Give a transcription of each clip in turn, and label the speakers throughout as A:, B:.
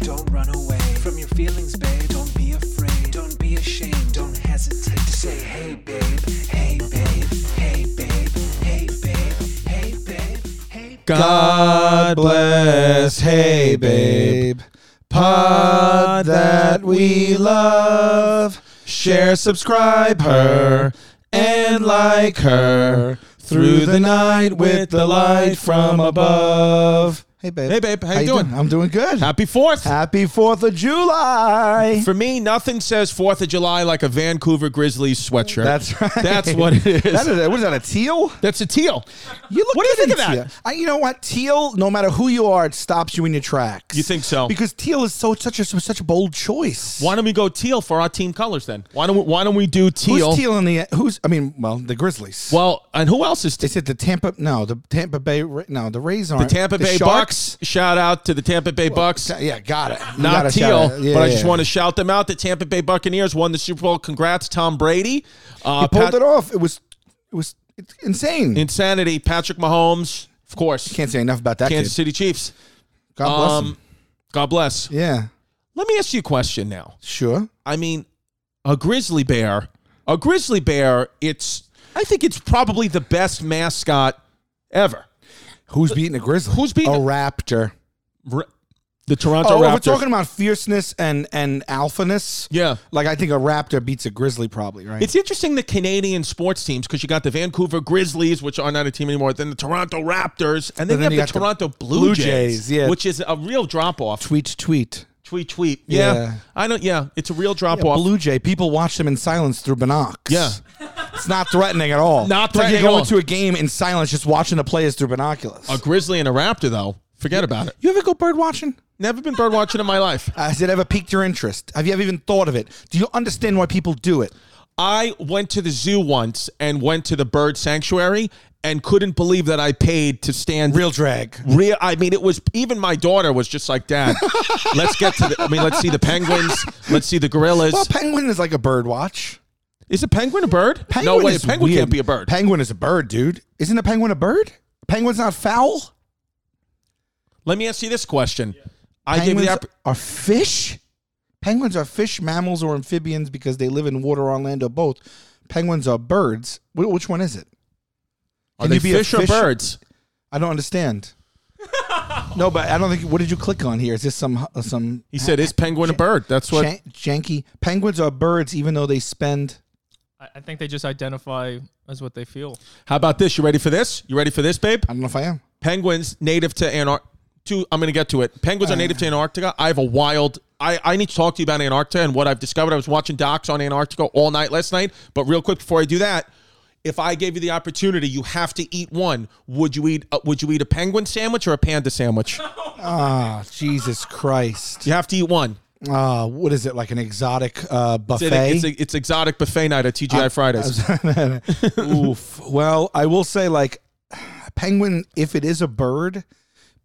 A: Don't run away from your feelings, babe. Don't be afraid. Don't be ashamed. Don't hesitate to say, hey, babe. Hey, babe. Hey, babe. Hey, babe. Hey, babe. Hey, babe.
B: God bless, hey babe. Pod that we love. Share, subscribe her, and like her through the night with the light from above.
C: Hey, babe.
B: Hey, babe. How you doing?
C: I'm doing good.
B: Happy Fourth!
C: Happy 4th of July.
B: For me, nothing says Fourth of July like a Vancouver Grizzlies sweatshirt.
C: That's right.
B: That's what it is.
C: That is what is that, a teal?
B: That's a teal.
C: You look
B: What do you
C: good
B: think
C: in
B: of that?
C: teal. I, you know what? Teal, no matter who you are, it stops you in your tracks.
B: You think so?
C: Because teal is so such a such a bold choice.
B: Why don't we go teal for our team colors then? Why don't we, Why don't we do teal?
C: Who's teal in the who's I mean, well, the Grizzlies.
B: Well, and who else is teal?
C: is it the Tampa no, the Tampa Bay Ra- no, the Rays
B: The
C: aren't.
B: Tampa Bay
C: Sharks?
B: Bucks. Shout out to the Tampa Bay Bucks.
C: Yeah, got it. You
B: Not
C: gotta shout
B: teal,
C: it. Yeah,
B: but I
C: yeah,
B: just
C: yeah.
B: want to shout them out. The Tampa Bay Buccaneers won the Super Bowl. Congrats, Tom Brady. Uh,
C: He pulled
B: Pat-
C: it off. It was it was it's insane.
B: Insanity. Patrick Mahomes, of course.
C: Can't say enough about that
B: Kansas
C: kid.
B: City Chiefs.
C: God bless him.
B: Um, God bless.
C: Yeah,
B: Let me ask you a question now.
C: sure.
B: I mean, a grizzly bear, a grizzly bear, it's, I think it's probably the best mascot ever.
C: Who's beating a grizzly?
B: Who's beating
C: a
B: a-
C: raptor?
B: R- The Toronto
C: Oh, if we're
B: Raptors.
C: talking about fierceness and and alphaness.
B: yeah.
C: Like I think a raptor beats a grizzly probably, right?
B: It's interesting the Canadian sports teams because you got the Vancouver Grizzlies, which are not a team anymore, then the Toronto Raptors, and then,
C: And then
B: you have the
C: you got
B: Toronto Blue,
C: Blue
B: Jays,
C: Jays, yeah.
B: which is a real drop off.
C: tweet tweet.
B: Tweet tweet. Yeah.
C: Yeah.
B: I don't yeah, it's a real drop
C: Yeah,
B: off.
C: Blue Jay. People watch them in silence through binocs.
B: Yeah.
C: It's not threatening at all.
B: Not
C: It's like
B: threatening
C: you're
B: at
C: going
B: all.
C: to a game in silence, just watching the players through binoculars.
B: a Grizzly and a Raptor though. Forget about it.
C: you ever go bird watching? Uh,
B: Never been bird watching in my life.
C: Has it ever piqued your interest? Have you ever even thought of it? Do you understand why people do it?
B: I went to the zoo once and went to the bird sanctuary and couldn't believe that I paid to stand
C: Real drag.
B: real i mean it was even my daughter was just like dad let's get to the i mean let's see the penguins let's see the gorillas
C: Well, penguin is like a bird watch.
B: is a penguin a bird
C: Penguin
B: no way a
C: is
B: penguin
C: weird.
B: can't be a bird
C: Penguin is a bird, dude. Isn't a penguin a bird? Penguin's not fowl.
B: let me ask you this question i gave you
C: Penguins
B: the opp-
C: are fish. Penguins are fish, mammals, or amphibians because they live in water on land or both. Penguins are birds. Wh- which one is it?
B: are
C: Can
B: they
C: you be a
B: fish, or
C: fish-
B: birds
C: I don't understand. no, but I don't think. What did you click on here? Is this some uh, some
B: he said is penguin a bird that's what
C: jan- janky? Penguins are birds, even though they spend.
D: I, I think they just identify as what they feel.
B: how about this you ready for this you ready for this babe
C: I don't know if I am.
B: penguins native to antarctica to, I'm going to get to it. Penguins are native to Antarctica. I have a wild. I, I need to talk to you about Antarctica and what I've discovered. I was watching docs on Antarctica all night last night. But real quick before I do that, if I gave you the opportunity, you have to eat one. Would you eat? Uh, would you eat a penguin sandwich or a panda sandwich?
C: Ah, Jesus Christ!
B: You have to eat one.
C: Ah, what is it like an exotic uh,
B: It's,
C: buffet?
B: it's, it's exotic buffet night at TGI Fridays.
C: Oof. Well, I will say, like, penguin, if it is a bird,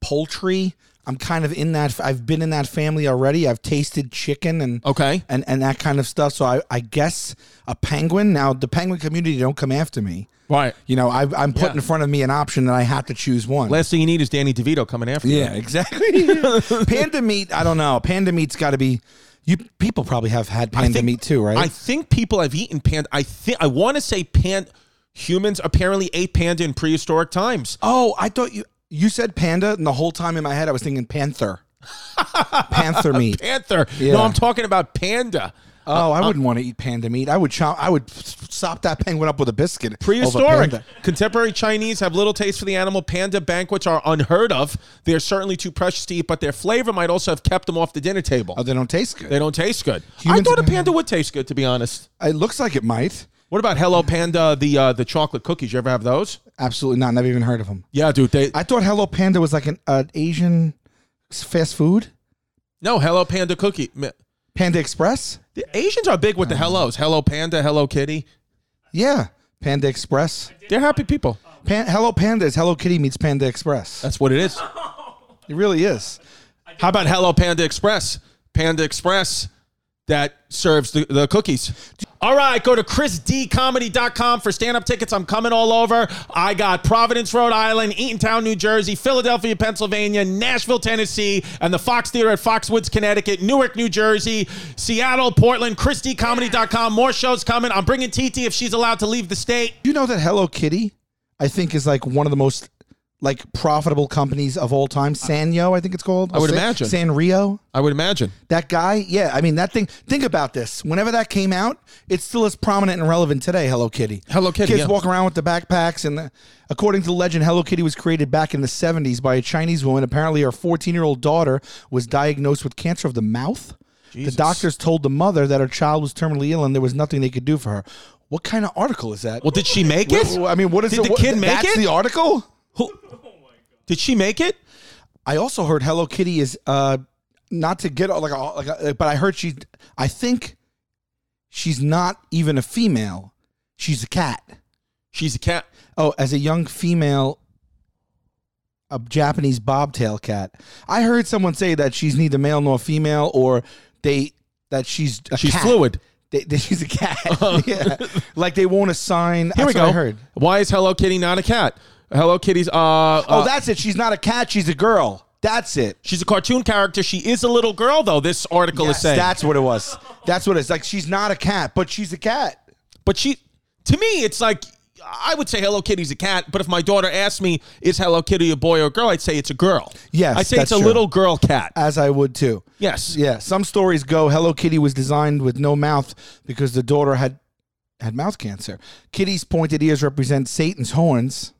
C: poultry, I'm kind of in that. I've been in that family already. I've tasted chicken and
B: Okay.
C: and, and that kind of stuff. So I, I guess a penguin. Now, the penguin community don't come after me.
B: Right.
C: You know, I, I'm put
B: Yeah.
C: in front of me an option that I have to choose one.
B: Last thing you need is Danny DeVito coming after you.
C: yeah, exactly. panda meat, I don't know. Panda meat's got to be. You people probably have had panda
B: think-
C: meat too, right?
B: I think people have eaten panda. I think I want to say panda. Humans apparently ate panda in prehistoric times.
C: Oh, I thought you you said panda, and the whole time in my head I was thinking panther. panther meat.
B: Panther.
C: Yeah.
B: No, I'm talking about panda.
C: Oh, I wouldn't want to eat panda meat. I would chop. I would sop that penguin up with a biscuit. over
B: Prehistoric.
C: panda.
B: Contemporary Chinese have little taste for the animal. Panda banquets are unheard of. They're certainly too precious to eat, but their flavor might also have kept them off the dinner table.
C: Oh, they don't taste good.
B: They don't taste good. I
C: Humans-
B: thought a panda would taste good, to be honest.
C: it looks like it might.
B: What about Hello Panda, the uh, the chocolate cookies? You ever have those?
C: Absolutely not. Never even heard of them.
B: Yeah, dude. They
C: I thought Hello Panda was like an uh, Asian s- fast food.
B: no Hello Panda cookie. Ma-
C: Panda Express.
B: The Asians are big with the hellos. Hello Panda, Hello Kitty.
C: Yeah, Panda Express.
B: They're happy people.
C: Pan- Hello Panda is Hello Kitty meets Panda Express.
B: That's what it is.
C: It really is.
B: How about Hello Panda Express? Panda Express. that serves the, the cookies. All right, go to chrisdcomedy.com for stand up tickets. I'm coming all over. I got Providence, Rhode Island, Eatontown, New Jersey, Philadelphia, Pennsylvania, Nashville, Tennessee, and the Fox Theater at Foxwoods, Connecticut, Newark, New Jersey, Seattle, Portland, chrisdcomedy.com. More shows coming. I'm bringing TT if she's allowed to leave the state.
C: You know that Hello Kitty, I think, is like one of the most like profitable companies of all time. Sanyo, I think it's called. I
B: would imagine.
C: Sanrio.
B: I would imagine.
C: That guy, yeah. I mean, that thing. Think about this. Whenever that came out, it's still as prominent and relevant today. Hello Kitty.
B: Hello Kitty,
C: Kids
B: yeah.
C: walk around with the backpacks, and the, according to the legend, Hello Kitty was created back in the '70s by a Chinese woman. Apparently, her 14-year-old daughter was diagnosed with cancer of the mouth. The doctors told the mother that her child was terminally ill, and there was nothing they could do for her. What kind of article is that?
B: Well, did she make it?
C: I mean, what is
B: Did
C: it?
B: the
C: what-
B: kid make
C: that's
B: it?
C: the article.
B: Did she make it?
C: I also heard Hello Kitty is uh not to get all- like a, like a, but I heard she I think she's not even a female. She's a cat.
B: She's a cat.
C: Oh, as a young female a Japanese bobtail cat. I heard someone say that she's neither male nor female or they that she's a
B: She's
C: cat.
B: fluid.
C: They, they- she's a cat. yeah. Like they won't assign
B: Here
C: that's
B: we
C: what
B: go.
C: I heard.
B: Why is Hello Kitty not a cat? Hello Kitty's uh, uh
C: Oh, that's it. She's not a cat, she's a girl. That's it.
B: she's a cartoon character. She is a little girl though. This article is
C: Yes,
B: saying.
C: that's what it was. That's what it's like. She's not a cat, but she's a cat.
B: but she to me it's like I would say Hello Kitty's a cat, but if my daughter asked me, is Hello Kitty a boy or a girl, I'd say it's a girl.
C: Yes,
B: I'd say it's
C: that's
B: a
C: true.
B: little girl cat.
C: As I would too.
B: yes.
C: Yeah. Some stories go Hello Kitty was designed with no mouth because the daughter had had mouth cancer. Kitty's pointed ears represent Satan's horns.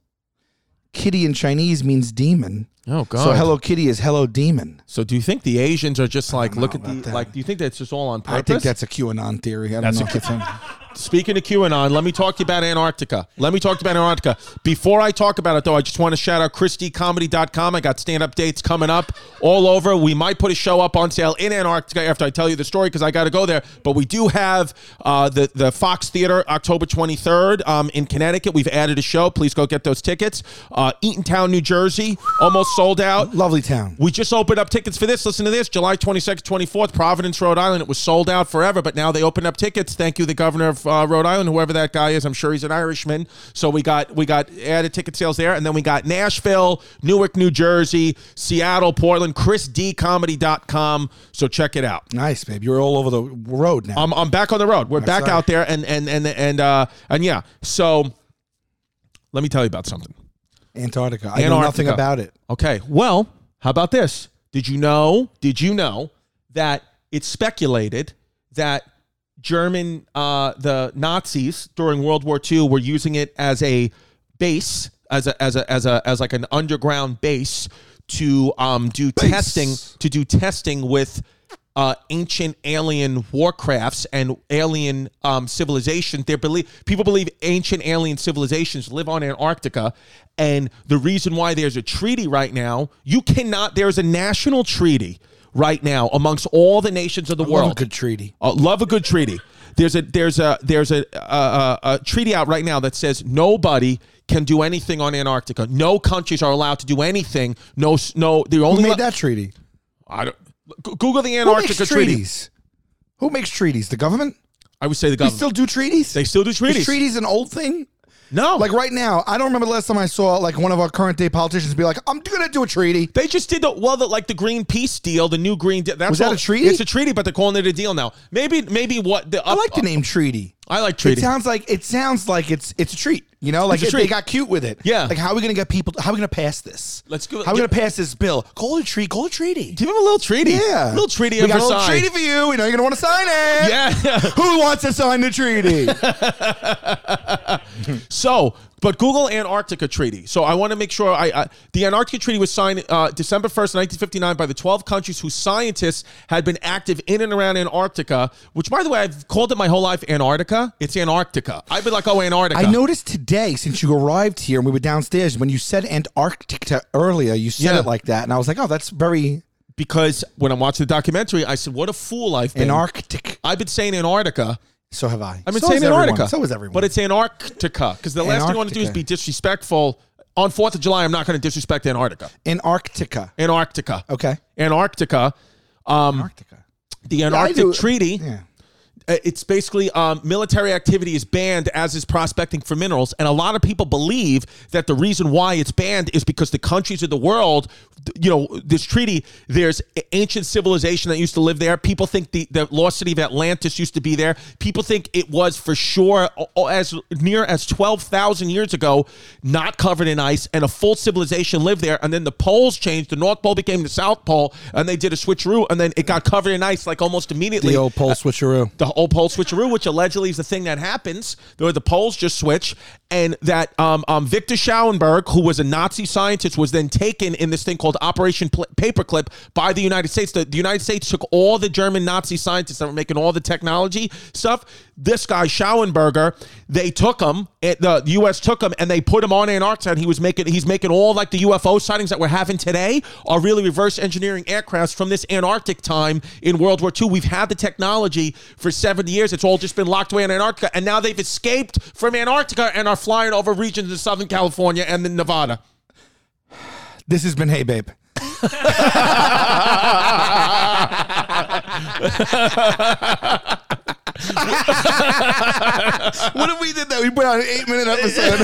C: Kitty in Chinese means demon.
B: Oh god.
C: So Hello Kitty is Hello Demon.
B: So do you think the Asians are just like look at
C: know
B: the
C: about that.
B: like do you think that's just all on purpose?
C: I think uh, that's a QAnon theory. I don't know if it's in.
B: Speaking of QAnon, let me talk to you about Antarctica. Let me talk to you about Antarctica. Before I talk about it, though, I just want to shout out ChristyComedy.com. I got stand up dates coming up all over. We might put a show up on sale in Antarctica after I tell you the story because I got to go there. But we do have uh, the, the Fox Theater October 23rd um, in Connecticut. We've added a show. Please go get those tickets. Uh, Eatontown, New Jersey, almost sold out.
C: Lovely town.
B: We just opened up tickets for this. Listen to this July 22nd, 24th, Providence, Rhode Island. It was sold out forever, but now they opened up tickets. Thank you, the governor of uh, Rhode Island, whoever that guy is. I'm sure he's an Irishman. So we got we got added ticket sales there. And then we got Nashville, Newark, New Jersey, Seattle, Portland, ChrisDComedy.com. So check it out.
C: Nice, babe. You're all over the road now.
B: I'm, I'm back on the road. We're back
C: right.
B: out there. And, and, and, and, uh, and yeah. So let me tell you about something.
C: Antarctica. I know nothing
B: Antarctica.
C: about it.
B: Okay. Well, how about this? Did you know? Did you know that it's speculated that German, uh, the Nazis during World War II were using it as a base, as a as a as a as like an underground base to um, do testing to do testing with uh, ancient alien warcrafts and alien um, civilization. They believe people believe ancient alien civilizations live on Antarctica, and the reason why there's a treaty right now, you cannot. There's a national treaty right now amongst all the nations of the
C: Love a
B: world.
C: good treaty.
B: Uh, love a good treaty. There's a there's a there's a, a, a, a treaty out right now that says nobody can do anything on Antarctica. No countries are allowed to do anything. No s- no. The only
C: Who made
B: li-
C: that treaty?
B: I don't. G- Google the
C: Who makes
B: Antarctica treaty.
C: treaties? Who makes treaties? The government?
B: I would say the
C: We
B: government.
C: still do treaties?
B: they still do
C: Is
B: treaties.
C: treaties an old thing?
B: No,
C: Like right now, I don't remember the last time I saw like one of our current day politicians be like, "I'm gonna do a treaty."
B: they just did the well, the, like the Green Peace deal, the new Green. Deal. That's
C: Was that
B: all-
C: a treaty?
B: It's a treaty, but they're calling it a deal now. Maybe maybe what the
C: I like the name treaty.
B: I like treaty.
C: It sounds like it sounds like it's it's a treat. You know, like
B: It's a
C: it- they
B: treat.
C: got cute with it.
B: Yeah.
C: Like how are we gonna get people? How are we gonna pass this?
B: Let's go-
C: How are we
B: get-
C: gonna pass this bill? Call it a treaty. Call it a treaty.
B: Give him a little treaty.
C: Yeah.
B: little treaty.
C: We
B: of
C: got a little
B: Versailles.
C: treaty for you. We know you're gonna want to sign it.
B: Yeah.
C: Who wants to sign the treaty?
B: So, but Google Antarctica Treaty. So I want to make sure I, I the Antarctica Treaty was signed uh, December 1st, 1959 by the 12 countries whose scientists had been active in and around Antarctica, which by the way, I've called it my whole life Antarctica. It's Antarctica. I've been like, oh, Antarctica.
C: I noticed today, since you arrived here and we were downstairs, when you said Antarctica earlier, you said
B: Yeah.
C: it like that, and I was like, "Oh, that's very
B: Because when I'm watching the documentary, I said, what a fool I've been.
C: Antarctic."
B: I've been saying Antarctica.
C: So have I.
B: I've been
C: so
B: saying
C: is everyone.
B: Antarctica.
C: So is everyone.
B: But it's Antarctica. Because the last thing I want to do is
C: Antarctica.
B: be disrespectful. On 4th of July, I'm not going to disrespect Antarctica.
C: Antarctica.
B: Antarctica.
C: Okay.
B: Antarctica.
C: Antarctica.
B: the
C: I
B: Antarctic
C: do-
B: Treaty.
C: Yeah.
B: uh, It's basically um, military activity is banned, as is prospecting for minerals. And a lot of people believe that the reason why it's banned is because the countries of the world, th- you know, this treaty, there's a- ancient civilization that used to live there. People think the, the lost city of Atlantis used to be there. People think it was for sure o- o- as near as 12,000 years ago, not covered in ice, and a full civilization lived there. And then the poles changed. The North Pole became the South Pole, and they did a switcheroo, and then it got covered in ice like almost immediately
C: The old pole switcheroo.
B: the old pole switcheroo, which allegedly is the thing that happens, where the poles just switch, and that um, um, Victor Schauenberg, who was a Nazi scientist, was then taken in this thing called Operation Pl- Paperclip by the United States. The, the United States took all the German Nazi scientists that were making all the technology stuff. This guy Schauenberger, they took him. It, the U.S. took him, and they put him on Antarctica. And he was making he's making all like the UFO sightings that we're having today are really reverse engineering aircrafts from this Antarctic time in World War II. We've had the technology for 70 years. It's all just been locked away in Antarctica, and now they've escaped from Antarctica and are flying over regions in Southern California and then Nevada.
C: This has been Hey Babe. what if we did that? We put out an eight minute episode.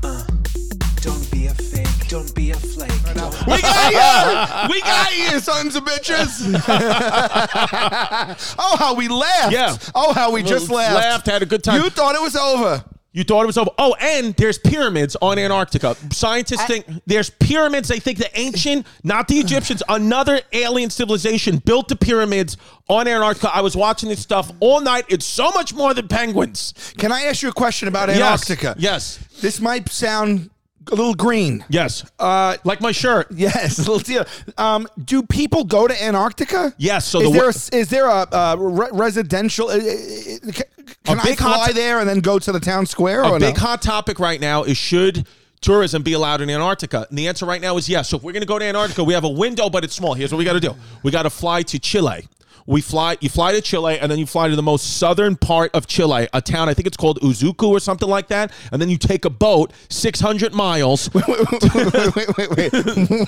A: Don't be a fake, don't be a flake. Don't
C: we got you! We
B: Uh,
C: got you, sons of bitches! oh, how we laughed!
B: Yeah.
C: Oh, how we just laughed.
B: Laughed, had a good time.
C: You thought it was over.
B: You thought it was over. Oh, and there's pyramids on Antarctica. Scientists think there's pyramids. They think the ancient, not the Egyptians, another alien civilization built the pyramids on Antarctica. I was watching this stuff all night. It's so much more than penguins.
C: Can I ask you a question about
B: Yes.
C: Antarctica?
B: Yes.
C: This might sound a little green.
B: Yes.
C: Uh,
B: like my shirt.
C: Yes, little deal. Um, do people go to Antarctica?
B: Yes, so
C: is
B: the
C: there
B: wo-
C: a, is there a uh, re- residential? Uh, uh, uh, ca- can I
B: big
C: fly
B: hot-
C: there and then go to the town square?
B: A
C: or
B: big
C: Oh, no?
B: hot topic right now is should tourism be allowed in Antarctica? And the answer right now is yes. So if we're going to go to Antarctica, we have a window, but it's small. Here's what we got to do: we got to fly to Chile. We fly, you fly to Chile, and then you fly to the most southern part of Chile, a town I think it's called Uzuku or something like that, and then you take a boat 600 miles.
C: wait, wait, wait, wait.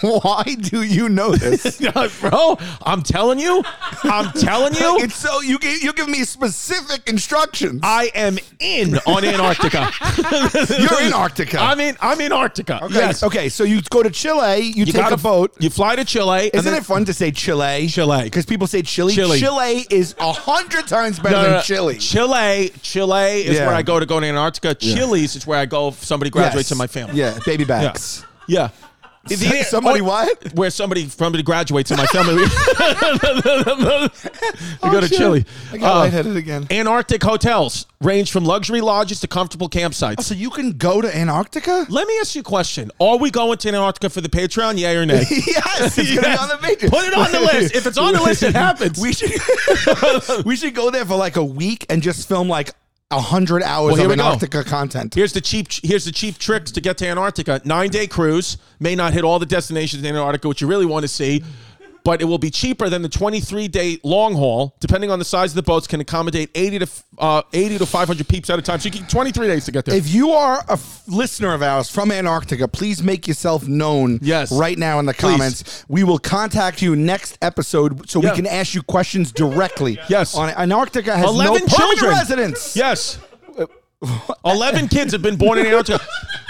C: Why do you know this?
B: Bro, I'm telling you, I'm telling you,
C: It's so you gave you give me specific instructions.
B: I am in on Antarctica.
C: You're in Arctica.
B: I'm in. I'm in Antarctica.
C: okay,
B: Yes.
C: okay. So you go to Chile, you, take
B: gotta-
C: a boat.
B: You fly to Chile. and
C: Isn't
B: then-
C: it fun to say Chile?
B: Chile.
C: because people say Chile.
B: Chile.
C: Chile is a hundred times better
B: No, no,
C: than
B: no.
C: Chile.
B: Chile, Chile is
C: Yeah.
B: where I go to go to Antarctica. Chile's is where I go if somebody graduates
C: Yes.
B: in my family.
C: Yeah, baby
B: Yeah.
C: backs.
B: Yeah. The-
C: somebody what?
B: Where somebody somebody graduates in my family. we go to
C: Oh, shit.
B: Chile.
C: I got
B: Uh,
C: lightheaded again.
B: Antarctic hotels range from luxury lodges to comfortable campsites.
C: So you can go to Antarctica?
B: Let me ask you a question. Are we going to Antarctica for the Patreon? Yeah or nay?
C: yes, it's gonna be
B: Yes.
C: on the Patreon.
B: Put it on the list. If it's on the list, it happens.
C: We should we should go there for like a week and just film like a hundred hours
B: here
C: of
B: we go.
C: Antarctica content.
B: Here's the cheap. Here's the cheap tricks to get to Antarctica. Nine day cruise may not hit all the destinations in Antarctica, which you really want to see, but it will be cheaper than the 23 day long haul. Depending on the size of the boats, can accommodate 80 to uh, 80 to 500 peeps at a time. So you get 23 days to get there.
C: If you are a f- listener of ours from Antarctica, please make yourself known
B: Yes.
C: right now in the comments. We will contact you next episode so
B: Yeah.
C: we can ask you questions directly.
B: Yes.
C: On Antarctica has no
B: 11
C: permanent
B: children.
C: residents.
B: yes. 11 kids have been born in Antarctica.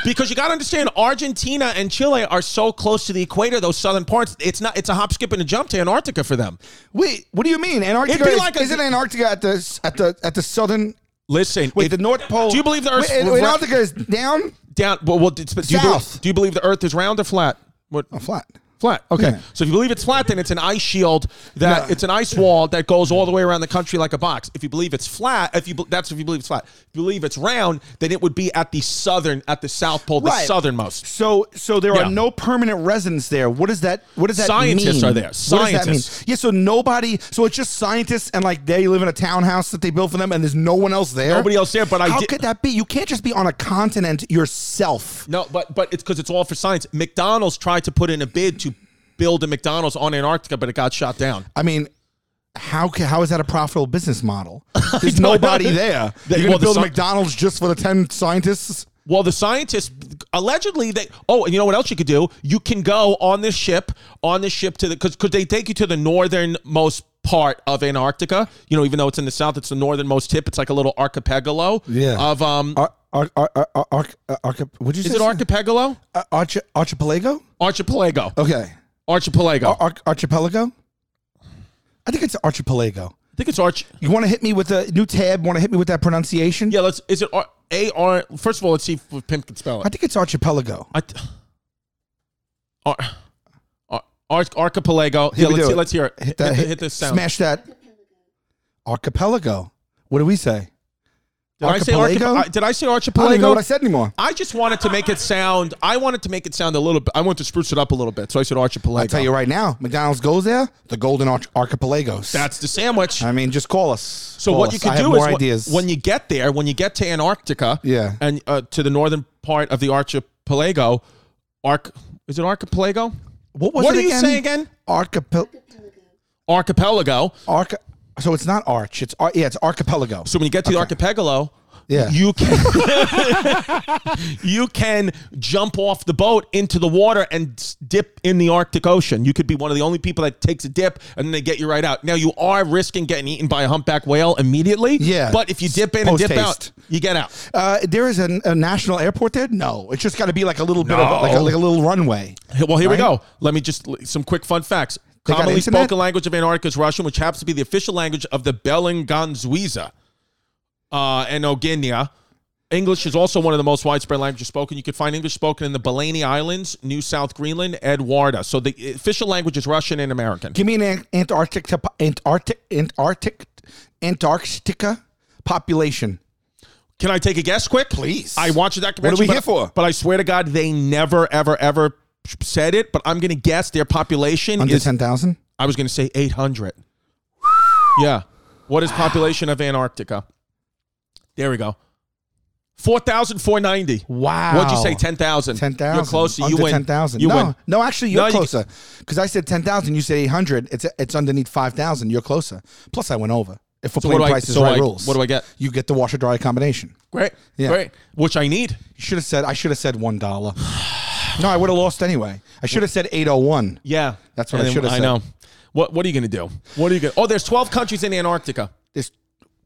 B: Because you got to understand, Argentina and Chile are so close to the equator, those southern parts. It's not. It's a hop, skip, and a jump to Antarctica for them.
C: Wait, what do you mean? Antarctica
B: It'd be
C: is,
B: like a-
C: isn't Antarctica at the at the at the southern
B: Listen,
C: wait
B: it-
C: the North Pole?
B: Do you believe the Earth's
C: Wait, wait,
B: ra-
C: Antarctica is down?
B: down? Well, well, it's- do, you believe,
C: South.
B: do you believe the Earth is round or flat? What?
C: Oh, flat.
B: Flat. Okay.
C: Yeah.
B: So if you believe it's flat, then it's an ice shield that
C: No.
B: it's an ice wall that goes all the way around the country like a box. If you believe it's flat, if you be- that's if you believe it's flat. If you believe it's round, then it would be at the southern, at the south pole, the
C: Right.
B: southernmost.
C: So, so there
B: Yeah.
C: are no permanent residents there. What does that? What does that
B: Scientists
C: mean?
B: are there.
C: What does that mean?
B: Scientists.
C: Yeah. So nobody. So it's just scientists, and like they live in a townhouse that they built for them, and there's no one else there.
B: Nobody else there, but I
C: How
B: did-
C: could that be? You can't just be on a continent yourself.
B: No, but but it's because it's all for science. McDonald's tried to put in a bid to build a McDonald's on Antarctica, but it got shot down.
C: I mean. How, ca- how is that a profitable business model? There's
B: don't know.
C: nobody there.
B: They-
C: You're
B: well, the
C: going to build
B: sci-
C: McDonald's just for the 10 scientists?
B: Well, the scientists allegedly they. Oh, and you know what else you could do? You can go on this ship, on this ship to the because because they take you to the northernmost part of Antarctica. You know, even though it's in the south, it's the northernmost tip. It's like a little archipelago.
C: Yeah.
B: Of um,
C: Ar- ar- ar- ar- ar- ar-
B: uh,
C: archi- what'd you
B: is it
C: say?
B: archipelago?
C: Ar- archi- archipelago?
B: Archipelago.
C: Okay.
B: Archipelago.
C: Ar- ar- archipelago? I think it's archipelago.
B: I think it's arch.
C: You want to hit me with a new tab? Want to hit me with that pronunciation?
B: Yeah. Let's. Is it ar- a r? First of all, let's see if Pimp can spell it.
C: I think it's archipelago.
B: I th- ar- ar- ar- archipelago. yeah,
C: we
B: let's
C: do
B: see,
C: it.
B: let's hear it. Hit,
C: Hit that.
B: the- hit this sound.
C: Smash that. Archipelago. What do we say?
B: Did I say archipelago? I- Did I say
C: I don't even know
B: archipelago?
C: what I said anymore.
B: I just wanted to make it sound. I wanted to make it sound a little bit. I wanted to spruce it up a little bit, so I said archipelago.
C: I tell you right now, McDonald's goes there. The Golden Arch- Archipelagos.
B: that's the sandwich.
C: I mean, just call us.
B: So
C: Call
B: what you
C: us.
B: can
C: I
B: do
C: have
B: is
C: more
B: wh-
C: ideas.
B: when you get there, when you get to Antarctica,
C: Yeah.
B: and uh, to the northern part of the archipelago, arc is it archipelago?
C: what was
B: what
C: it
B: do you say again?
C: Archipel.
B: Archipelago.
C: Arch. So it's not arch. It's ar- yeah. It's archipelago.
B: So when you get to the archipelago,
C: Yeah.
B: you can you can jump off the boat into the water and s- dip in the Arctic Ocean. You could be one of the only people that takes a dip and then they get you right out. Now you are risking getting eaten by a humpback whale immediately.
C: Yeah.
B: but if you dip in and dip out,
C: Post-haste.
B: you get out.
C: Uh, there is an, a national airport there. No, it's just got to be like a little bit
B: No.
C: of like a, like a little runway.
B: Hey, Well, here we
C: Right?
B: go. Let me just some quick fun facts.
C: They got
B: Commonly
C: internet?
B: spoken language of Antarctica is Russian, which happens to be the official language of the Belanganzuisa uh, and Oginia. English is also one of the most widespread languages spoken. You can find English spoken in the Balani Islands, New South Greenland, Edwarda. So the eh, official language is Russian and American.
C: Give me an Ant- Antarctic topo- Antarctic Antarctic Antarctica population.
B: Can I take a guess quick?
C: Please.
B: I watched the documentary.
C: What are we
B: but-
C: here for?
B: But I swear to God, they never, ever, ever said it. But I'm going to guess their population
C: Under
B: is
C: ten thousand.
B: I was going to say 800. yeah. What is population of Antarctica? There we go. 4,490.
C: Wow.
B: What'd you say? 10,000.
C: Ten thousand.
B: You're closer.
C: Under
B: you win.
C: ten thousand.
B: You
C: no,
B: win.
C: no. Actually,
B: No,
C: you're
B: you can-
C: closer because I said ten thousand. You said eight hundred. It's it's underneath five thousand. You're closer. Plus, I went over. If we're
B: So what
C: playing
B: do I-
C: Price is
B: so
C: Right
B: I-
C: rules,
B: what do I get?
C: You get the washer dryer combination.
B: Great.
C: Yeah.
B: Great. Which I need.
C: You should have said. I should have said one dollar. no, I would have lost anyway. I should have said eight oh one.
B: Yeah.
C: That's what I
B: then-
C: should've
B: I
C: said.
B: know. What What are you going to do? What are you going to Oh, there's 12 countries in Antarctica
C: There's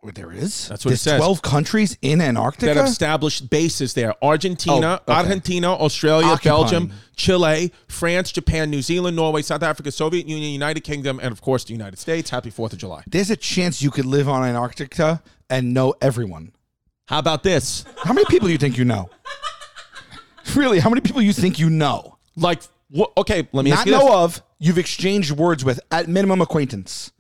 C: well, there is.
B: That's what it
C: There's
B: says.
C: Twelve countries in Antarctica.
B: that have established bases there Argentina,
C: Oh, okay.
B: Argentina, Australia,
C: Occupying.
B: Belgium, Chile, France, Japan, New Zealand, Norway, South Africa, Soviet Union, United Kingdom, and of course the United States. Happy 4th of July.
C: There's a chance you could live on Antarctica and know everyone.
B: How about this?
C: How many people do you think you know? really, how many people you think you know?
B: Like, what? Okay, let me ask
C: Not
B: you this.
C: know of. You've exchanged words with at minimum acquaintance.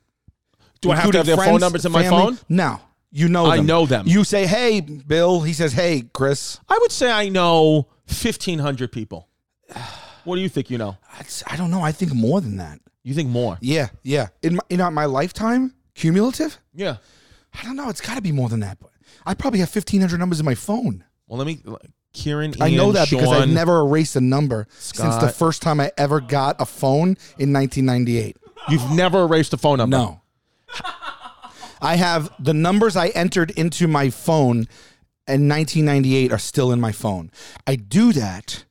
B: Do I have to have
C: Including
B: their phone
C: friends,
B: numbers in my
C: family.
B: phone?
C: No, you know.
B: I
C: them.
B: know them.
C: You say, "Hey, Bill." He says, "Hey, Chris."
B: I would say I know fifteen hundred people. What do you think? You know?
C: I'd s- I don't know. I think more than that.
B: You think more?
C: Yeah, yeah. In my, in my lifetime, cumulative.
B: Yeah.
C: I don't know. It's got to be more than that. But I probably have fifteen hundred numbers in my phone.
B: Well, let me. Kieran,
C: I know
B: Ian,
C: that because I've
B: Sean.
C: never erased a number since the
B: Scott.
C: first time I ever got a phone in 1998.
B: You've never erased a phone number.
C: No. I have the numbers I entered into my phone in 1998 are still in my phone. I do that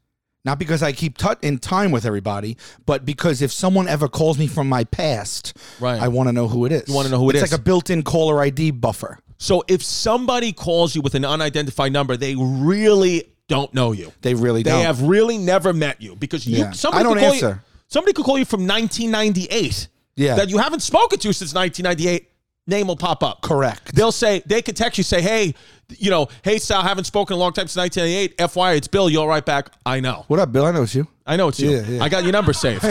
C: not because I keep tut in time with everybody, but because if someone ever calls me from my past,
B: Right.
C: I want to know who it is. You
B: wanna know who it is.
C: it's It's like a built-in caller ID buffer.
B: So if somebody calls you with an unidentified number, they really don't know you.
C: They really
B: They
C: don't.
B: have really never met you because you.
C: Yeah.
B: Somebody
C: I don't
B: could call You,
C: answer.
B: somebody could call you from 1998.
C: Yeah.
B: That you haven't spoken to since 1998. Name will pop up.
C: Correct.
B: They'll say they could text you say, "Hey, you know, hey Sal, haven't spoken in a long time since 1998. FYI, it's Bill. You'll write back. I know.
C: what up, Bill? I know it's you.
B: I know it's you.
C: Yeah, yeah.
B: I got your number saved.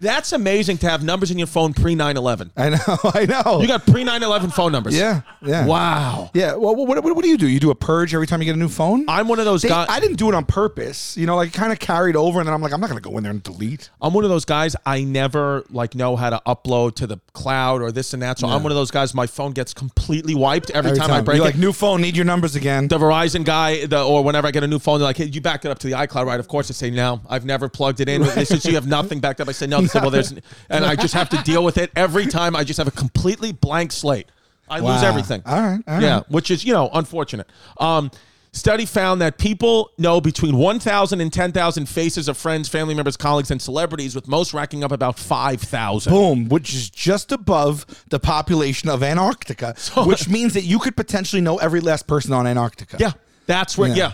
B: That's amazing to have numbers in your phone pre 9/11.
C: I know. I know.
B: You got pre 9/11 phone numbers.
C: yeah. Yeah.
B: Wow.
C: Yeah. Well, what, what, what do you do? You do a purge every time you get a new phone?
B: I'm one of those
C: They-
B: guys.
C: I didn't do it on purpose. You know, like kind of carried over, and then I'm like, I'm not gonna go in there and delete.
B: I'm one of those guys. I never like know how to upload to the cloud or this and that. So I'm one of those guys. My phone gets completely wiped every, time, I break
C: You're
B: it.
C: like, new phone, need your numbers again.
B: the Verizon guy, the, or whenever I get a new phone, they're like, "Hey, you backed it up to the iCloud, right?" Of course, I say, "No, I've never plugged it in." They said, "You have nothing backed up." I say, "No." They said, "Well, there's," and I just have to deal with it every time. I just have a completely blank slate. I lose
C: Wow.
B: everything.
C: All right, all
B: yeah,
C: right.
B: which is you know unfortunate. Um, Study found that people know between 1,000 and 10,000 faces of friends, family members, colleagues, and celebrities, with most racking up about 5,000.
C: Boom, which is just above the population of Antarctica, which means that you could potentially know every last person on Antarctica.
B: Yeah, that's where.
C: Yeah.
B: Yeah,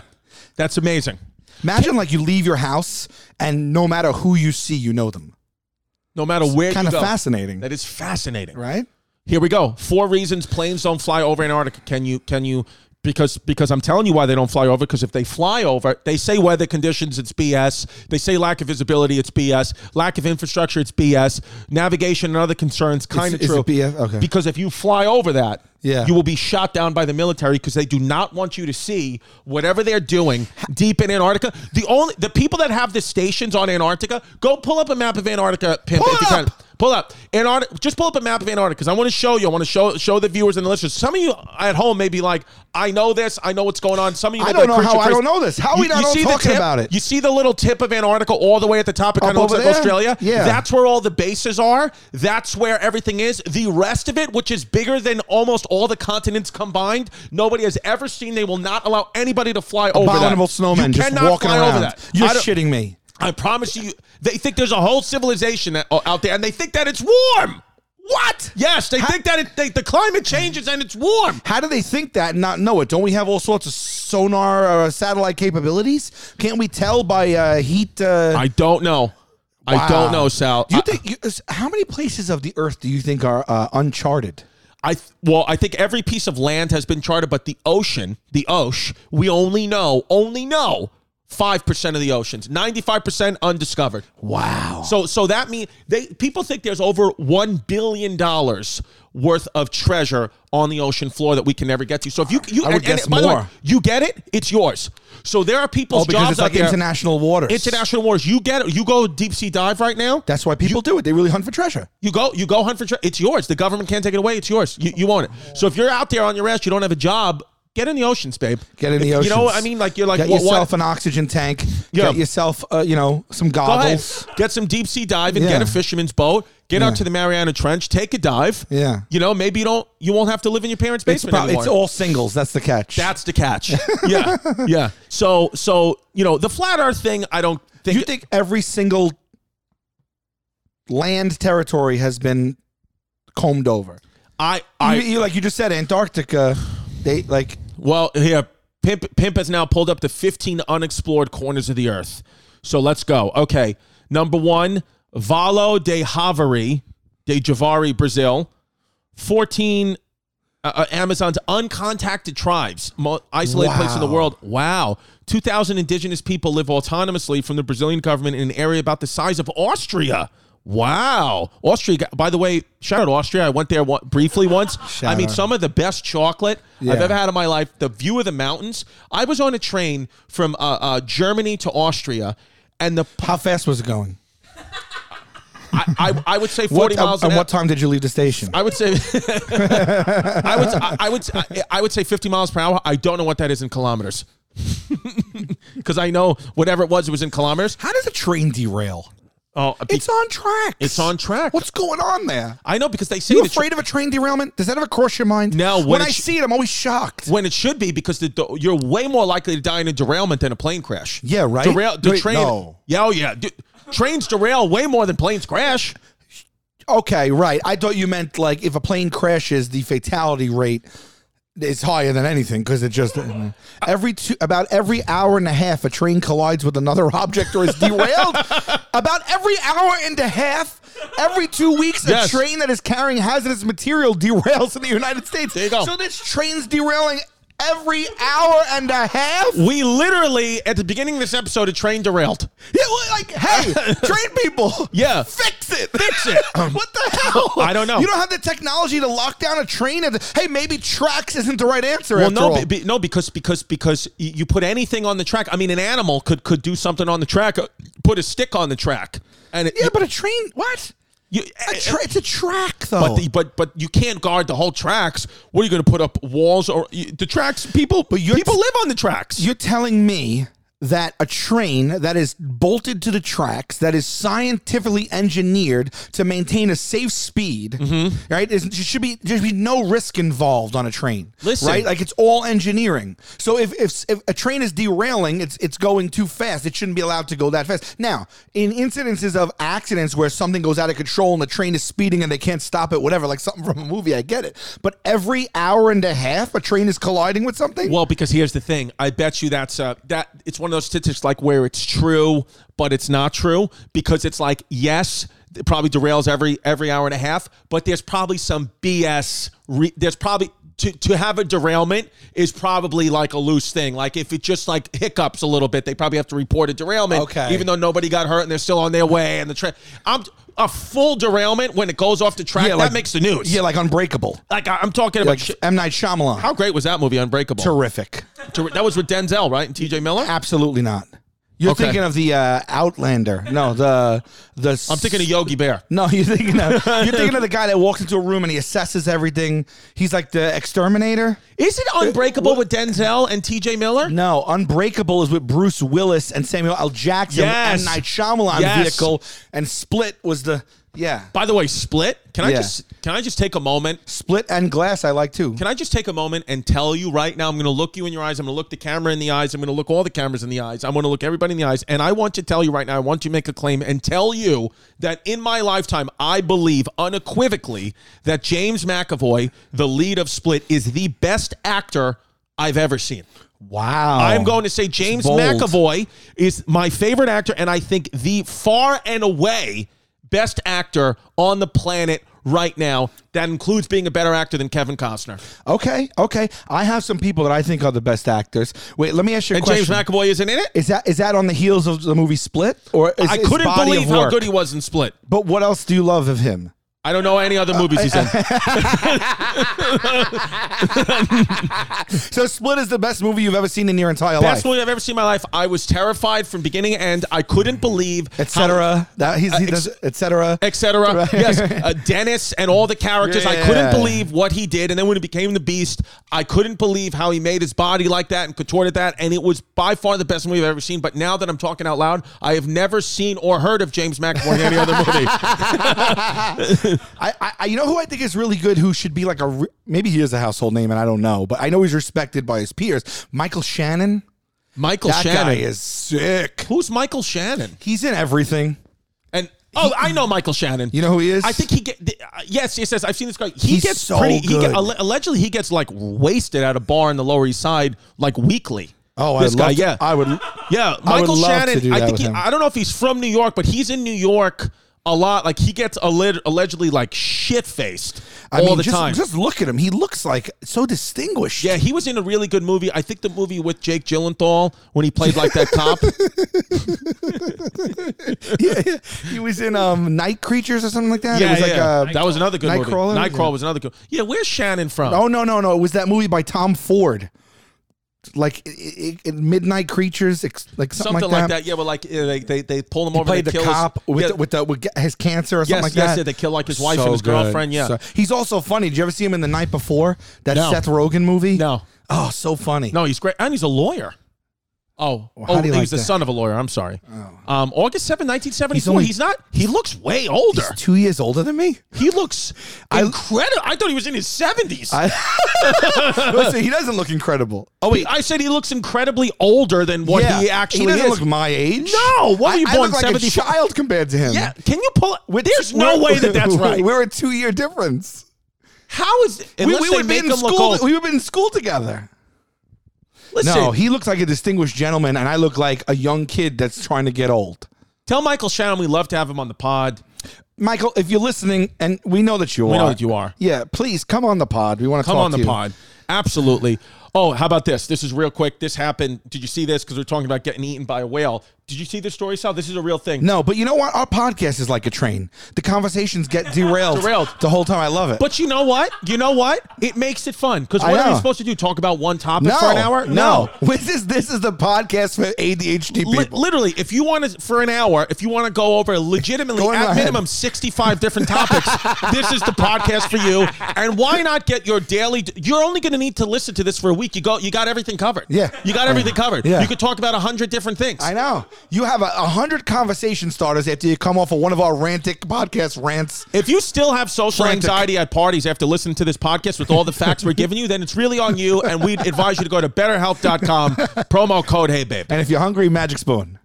B: that's amazing.
C: Imagine like you leave your house and no matter who you see, you know them.
B: No matter where
C: Kind
B: you
C: of
B: go,
C: fascinating,
B: That is fascinating.
C: right?
B: Here we go. Four reasons planes don't fly over Antarctica. Can you? Can you? Because because I'm telling you why they don't fly over. Because if they fly over, they say weather conditions, it's BS. They say lack of visibility, it's BS. Lack of infrastructure, it's BS. Navigation and other concerns, kind of
C: Is- is
B: true.
C: it BS? Okay.
B: Because if you fly over that,
C: Yeah.
B: you will be shot down by the military because they do not want you to see whatever they're doing deep in Antarctica. The only the people that have the stations on Antarctica, go pull up a map of Antarctica. Pimp,
C: Pull
B: if you
C: it
B: can.
C: up!
B: Pull up Antarctica. Just pull up a map of Antarctica because I want to show you. I want to show show the viewers and the listeners. Some of you at home may be like, I know this. I know what's going on. Some of you,
C: I
B: may be like,
C: don't know how
B: Christian
C: I
B: Christ-
C: don't know this. How are we not all
B: see the
C: talking
B: tip?
C: about it?
B: You see the little tip of Antarctica all the way at the top. It kind
C: Up
B: of looks
C: over
B: like
C: there?
B: Australia.
C: Yeah.
B: that's where all the bases are. That's where everything is. The rest of it, which is bigger than almost all the continents combined, nobody has ever seen. They will not allow anybody to fly over that.
C: Abominable snowmen
B: You
C: just
B: cannot
C: walking
B: fly
C: around.
B: over that.
C: You're
B: I don't-
C: shitting me.
B: I promise you, they think there's a whole civilization that- uh, out there, and they think that it's warm. What? Yes, they think that it, they, the climate changes and it's warm.
C: How do they think that and not know it? Don't we have all sorts of sonar uh, satellite capabilities? Can't we tell by uh, heat? Uh,
B: I don't know. I
C: wow.
B: don't know, Sal.
C: Do you
B: I-
C: think you, is- how many places of the Earth do you think are uh, uncharted?
B: I th- well, I think every piece of land has been charted, but the ocean, the Osh, we only know, only know five percent of the oceans, ninety-five percent undiscovered.
C: Wow.
B: So, so that means they people think there's over one billion dollars worth of treasure on the ocean floor that we can never get to. So, if you, you
C: I would
B: and, and
C: guess
B: by the way,
C: more.
B: you get it, it's yours. So there are people's
C: Oh, because
B: jobs
C: it's like
B: out there.
C: international waters.
B: International wars. You get it. You go deep sea dive right now.
C: That's why people do it. They really hunt for treasure.
B: You go, you go hunt for. Tre- it's yours. The government can't take it away. It's yours. You, you own it. So if you're out there on your ass, you don't have a job. Get in the oceans, babe.
C: Get in the
B: If-
C: ocean.
B: You know what I mean? Like you're like
C: get
B: what,
C: yourself
B: what?
C: an oxygen tank.
B: Yeah.
C: Get yourself, uh, you know, some
B: Go ahead.
C: goggles.
B: Get some deep sea diving.
C: Yeah.
B: Get a fisherman's boat. Get
C: Yeah.
B: out to the Mariana Trench. Take a dive.
C: Yeah.
B: You know, maybe you don't. You won't have to live in your parents'
C: It's,
B: basement
C: prob-
B: anymore.
C: it's all singles. That's the catch.
B: That's the catch. yeah. Yeah. So so you know the flat Earth thing. I don't think.
C: you think every single land territory has been combed over?
B: I I
C: I, you, you- like you just said, Antarctica. They like
B: Well, here, Pimp, Pimp has now pulled up the 15 unexplored corners of the earth. So let's go. Okay. Number one, Valo de Javari, de Javari, Brazil. 14 uh, uh, Amazon's uncontacted tribes, mo- isolated place in the
C: Wow.
B: world. Wow. 2,000 indigenous people live autonomously from the Brazilian government in an area about the size of Austria. Wow. Austria, got- by the way, shout out Austria. I went there one, briefly once. I mean,
C: out.
B: some of the best chocolate I've
C: Yeah.
B: ever had in my life. The view of the mountains. I was on a train from uh, uh, Germany to Austria, and the
C: how fast was it going?
B: I, I, I would say 40
C: What
B: miles
C: and
B: an hour.
C: what time did you leave the station?
B: I would say, I would, I, I would, I, I would say 50 miles per hour. I don't know what that is in kilometers, because I know whatever it was, it was in kilometers.
C: how does a train derail?
B: Oh, be-
C: It's on track.
B: It's on track.
C: What's going on there?
B: I know because they say
C: You
B: the tra-
C: afraid of a train derailment? Does that ever cross your mind?
B: No,
C: When,
B: when
C: I
B: it sh-
C: see it, I'm always shocked.
B: when it should be because the, you're way more likely to die in a derailment than a plane crash.
C: Yeah, right?
B: Derail the
C: Wait,
B: train.
C: no.
B: Yeah, oh yeah. Dude, trains derail way more than planes crash.
C: Okay, right. I thought you meant like if a plane crashes, the fatality rate is higher than anything because it just every two about every hour and a half a train collides with another object or is derailed. about every hour and a half, every two weeks,
B: Yes.
C: a train that is carrying hazardous material derails in the United States.
B: There you go.
C: So this train's derailing every hour and a half.
B: We literally at the beginning of this episode, a train derailed.
C: Yeah, well, like, hey, train people.
B: Yeah.
C: Fix it.
B: Fix it. Um,
C: what the hell?
B: I don't know.
C: You don't have the technology to lock down a train. And hey, maybe tracks isn't the right answer.
B: Well,
C: after
B: no,
C: all.
B: be, be- no, because because because y- you put anything on the track. I mean, an animal could could do something on the track. uh, Put a stick on the track, and it,
C: yeah, but a train. What?
B: you, eh,
C: A tra- it's a track, though.
B: but, the, but but you can't guard the whole tracks. What are you going to put up walls or you, the tracks? People, but
C: you're
B: people
C: t-
B: live on the tracks.
C: You're telling me that a train that is bolted to the tracks, that is scientifically engineered to maintain a safe speed, right? Is, there should be there should be no risk involved on a train,
B: Listen.
C: right? Like it's all engineering. So if, if if a train is derailing, it's it's going too fast. It shouldn't be allowed to go that fast. Now, in incidences of accidents where something goes out of control and the train is speeding and they can't stop it, whatever, like something from a movie, I get it. But every hour and a half, a train is colliding with something.
B: Well, because here's the thing. I bet you that's uh that it's one of those statistics like where it's true, but it's not true because it's like yes, it probably derails every every hour and a half, but there's probably some BS. Re- there's probably to, to have a derailment is probably like a loose thing. Like if it just like hiccups a little bit, they probably have to report a derailment.
C: Okay.
B: Even though nobody got hurt and they're still on their way and the train. I'm a full derailment when it goes off the track. that
C: like-
B: makes the news.
C: Yeah, like Unbreakable.
B: Like I- I'm talking about.
C: Like
B: shit-
C: M. Night Shyamalan.
B: how great was that movie, Unbreakable?
C: terrific.
B: Ter- that was with Denzel, right? And TJ Miller?
C: Absolutely not. You're
B: Okay.
C: thinking of the uh, Outlander. No, the the.
B: I'm thinking of Yogi Bear.
C: No, you're thinking of you're thinking of the guy that walks into a room and he assesses everything. He's like the exterminator.
B: Is it Unbreakable with Denzel and TJ Miller?
C: No, Unbreakable is with Bruce Willis and Samuel L. Jackson
B: Yes.
C: and Night Shyamalan
B: Yes.
C: vehicle, and Split was the yeah
B: By the way, Split. Can I
C: Yeah.
B: just can I just take a moment?
C: Split and Glass I like too.
B: Can I just take a moment and tell you right now? I'm going to look you in your eyes. I'm going to look the camera in the eyes. I'm going to look all the cameras in the eyes. I'm going to look everybody in the eyes. And I want to tell you right now. I want to make a claim and tell you that in my lifetime, I believe unequivocally that James McAvoy, the lead of Split, is the best actor I've ever seen.
C: Wow,
B: I'm going to say James
C: Oh. bold.
B: McAvoy is my favorite actor, and I think the far and away best actor on the planet right now. That includes being a better actor than Kevin Costner.
C: Okay, okay. I have some people that I think are the best actors. Wait, let me ask you a
B: And
C: question.
B: James McAvoy isn't in it.
C: Is that is that on the heels of the movie Split, or is
B: I
C: his
B: couldn't
C: body
B: believe
C: of
B: how
C: work?
B: good he was in Split.
C: But what else do you love of him?
B: I don't know any other movies he's
C: Uh,
B: in.
C: So Split is the best movie you've ever seen in your entire
B: Best
C: life,
B: movie I've ever seen in my life. I was terrified from beginning to end. I couldn't believe
C: etc. That he's he does etc.
B: etc.
C: Right.
B: Yes, uh, Dennis and all the characters.
C: Yeah,
B: I couldn't
C: yeah.
B: believe what he did, and then when he became the Beast, I couldn't believe how he made his body like that and contorted that, and it was by far the best movie I've ever seen. But now that I'm talking out loud, I have never seen or heard of James McAvoy in any other movie.
C: I, I, I- you know who I think is really good, who should be like a re- maybe he is a household name, and I don't know, but I know he's respected by his peers. Michael Shannon,
B: Michael
C: that guy
B: Shannon.
C: is sick.
B: Who's Michael Shannon?
C: He's in everything.
B: And oh, I know Michael Shannon.
C: You know who he is?
B: I think he get th- uh, yes, yes, yes. I've seen this guy. He
C: He's
B: gets
C: so
B: pretty. He get,
C: good.
B: alle- allegedly, he gets like wasted at a bar in the Lower East Side like weekly.
C: Oh,
B: this
C: I
B: guy,
C: love to-
B: yeah,
C: I would.
B: Yeah,
C: I would
B: Michael
C: love to
B: Shannon.
C: do
B: I
C: that
B: think he,
C: with him.
B: I don't know if he's from New York, but he's in New York a lot. Like he gets alle- allegedly like shit faced
C: I
B: all
C: mean,
B: the
C: just,
B: time.
C: Just look at him. He looks like so distinguished.
B: yeah, he was in a really good movie. I think the movie with Jake Gyllenhaal when he played like that cop.
C: yeah. He was in um, Night Creatures or something like that. it was like uh,
B: that was another good movie.
C: Nightcrawler?
B: Nightcrawler was another good. Yeah, where's Shannon from?
C: Oh no no no! It was that movie by Tom Ford, like i i i- Midnight Creatures, ex- like something,
B: something, like,
C: that.
B: that. Yeah, well, like uh, they they, they pull him over.
C: Played
B: they
C: the
B: kill his-
C: cop with,
B: Yeah.
C: the, with the with g- his cancer or something
B: Yes,
C: like
B: yes,
C: that.
B: yeah, they kill, like, his wife and his
C: good.
B: girlfriend, yeah.
C: he's also funny. Did you ever see him in the night before that
B: No.
C: Seth Rogen movie?
B: No.
C: Oh, so funny.
B: No, he's great, and he's a lawyer. Oh,
C: Well, how
B: oh,
C: do
B: he
C: you
B: was
C: like
B: the
C: that? Oh.
B: son of a lawyer. I'm sorry. Um, August 7, 1974. He's,
C: He's only-
B: not. He looks way older.
C: he's two years older than me.
B: He looks incredible. I thought he was in his 70s. I,
C: Listen, he doesn't look incredible. Oh wait,
B: said he looks incredibly older than what
C: yeah,
B: he actually
C: doesn't
B: is.
C: look my age.
B: No, what were
C: I-
B: you
C: I
B: born
C: look like a
B: 74?
C: child compared to him.
B: yeah, can you pull it?
C: We're-
B: There's no
C: we're-
B: way that that's right.
C: We're a two-year difference.
B: How is unless
C: we,
B: they
C: would have
B: make
C: been
B: him
C: in
B: look
C: school.
B: old?
C: We would have been in school together.
B: Listen,
C: No, he looks like a distinguished gentleman, and I look like a young kid that's trying to get old.
B: tell Michael Shannon we love to have him on the pod.
C: Michael, if you're listening, and we know that you are,
B: We know that you are.
C: Yeah, please come on the pod. We want to
B: Come
C: talk
B: on
C: to
B: the
C: you.
B: pod. Absolutely. Oh, how about this? This is real quick. This happened. Did you see this? Because we're talking about getting eaten by a whale. Did you see this story, Sal? This is a real thing.
C: No, but you know what? Our podcast is like a train. The conversations get derailed,
B: Derailed.
C: the whole time. I love it.
B: But you know what? You know what? It makes it fun because
C: I
B: what are we
C: know.
B: supposed to do? Talk about one topic
C: no,
B: for an hour?
C: No, this is this is the podcast for ADHD people.
B: Li- literally, if you want to for an hour, if you want to go over legitimately
C: Go on
B: at
C: ahead.
B: minimum sixty-five different topics, this is the podcast for you. And why not get your daily? You're only going to need to listen to this for a week. You go, you got everything covered.
C: Yeah.
B: you got everything covered.
C: Yeah.
B: you could talk about hundred different things.
C: I know you have a, a hundred conversation starters after you come off of one of our rantic podcast rants.
B: If you still have social
C: Frantic.
B: anxiety at parties after listening to this podcast with all the facts we're giving you, then it's really on you. And we advise you to go to betterhelp.com, promo code Hey Babe,
C: And if you're hungry, Magic Spoon.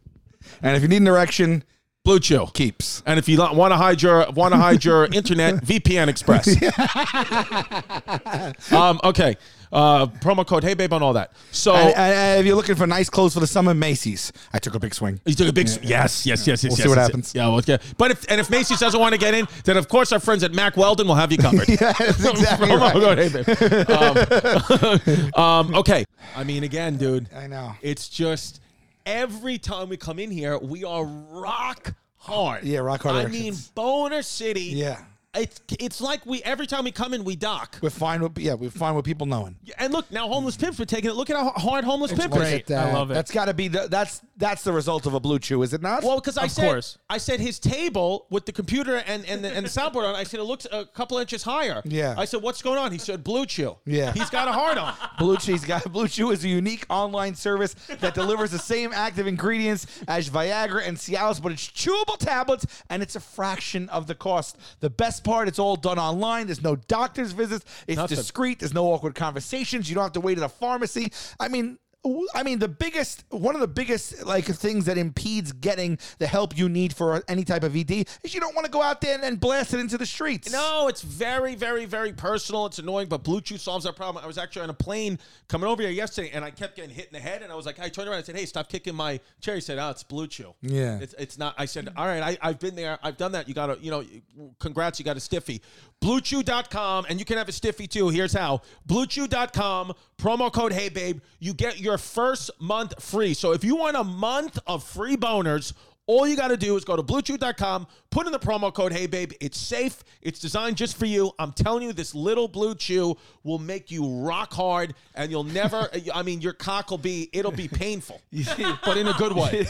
C: And if you need an erection,
B: Blue Chew.
C: Keeps.
B: And if you want to hide your want to hide your internet, VPN Express. um, okay, uh, promo code Hey Babe on all that. So
C: And, and- and if you're looking for nice clothes for the summer, Macy's. I took a big swing.
B: You took a big s yes, yes, yes, yes.
C: We'll see
B: yes,
C: what
B: yes,
C: happens.
B: Yeah, well, okay. But if and if Macy's doesn't want to get in, then of course our friends at Mac Weldon will have you covered.
C: Yeah, that's exactly
B: Promo
C: right.
B: code, hey, babe. Um, um, okay. I mean, again, dude.
C: I know.
B: It's just every time we come in here, we are rock hard.
C: Yeah, rock hard
B: I
C: erections.
B: mean, Boner City.
C: Yeah.
B: It's it's like we every time we come in, we dock.
C: We're fine with yeah, we're fine with people knowing.
B: And look, now homeless pimps were taking it. Look at how hard homeless pimps
C: Look
B: are.
C: at uh,
D: Great. I love it.
C: That's got to be the, that's that's the result of a blue chew, is it not?
B: Well, because I
D: Of
B: said
D: course.
B: I said his table with the computer and and the, and the soundboard on. I said it looks a couple inches higher.
C: Yeah.
B: I said what's going on? He said blue chew.
C: Yeah.
B: He's got a hard on.
C: Blue Chew's got Blue Chew is a unique online service that delivers the same active ingredients as Viagra and Cialis, but it's chewable tablets and it's a fraction of the cost. The best part, it's all done online. There's no doctor's visits. It's
B: Nothing.
C: discreet. There's no awkward conversations. You don't have to wait at a pharmacy. I mean. w- I mean, the biggest, one of the biggest like things that impedes getting the help you need for any type of ED is you don't want to go out there and, and blast it into the streets.
B: No, it's very, very, very personal. It's annoying, but Blue Chew solves that problem. I was actually on a plane coming over here yesterday, and I kept getting hit in the head. And I was like, I turned around, I said, "Hey, stop kicking my chair." He said, "Oh, it's Blue Chew."
C: Yeah.
B: it's, it's not. I said, "All right, I, I've been there. I've done that. You got to, you know, congrats, you got a stiffy." BlueChew.com, and you can have a stiffy too. Here's how: BlueChew.com promo code Hey Babe. You get your first month free. So if you want a month of free boners. All you got to do is go to bluechew.com, put in the promo code Hey Babe. It's safe. It's designed just for you. I'm telling you, this little blue chew will make you rock hard, and you'll never. I mean, your cock will be. It'll be painful, but in a good way.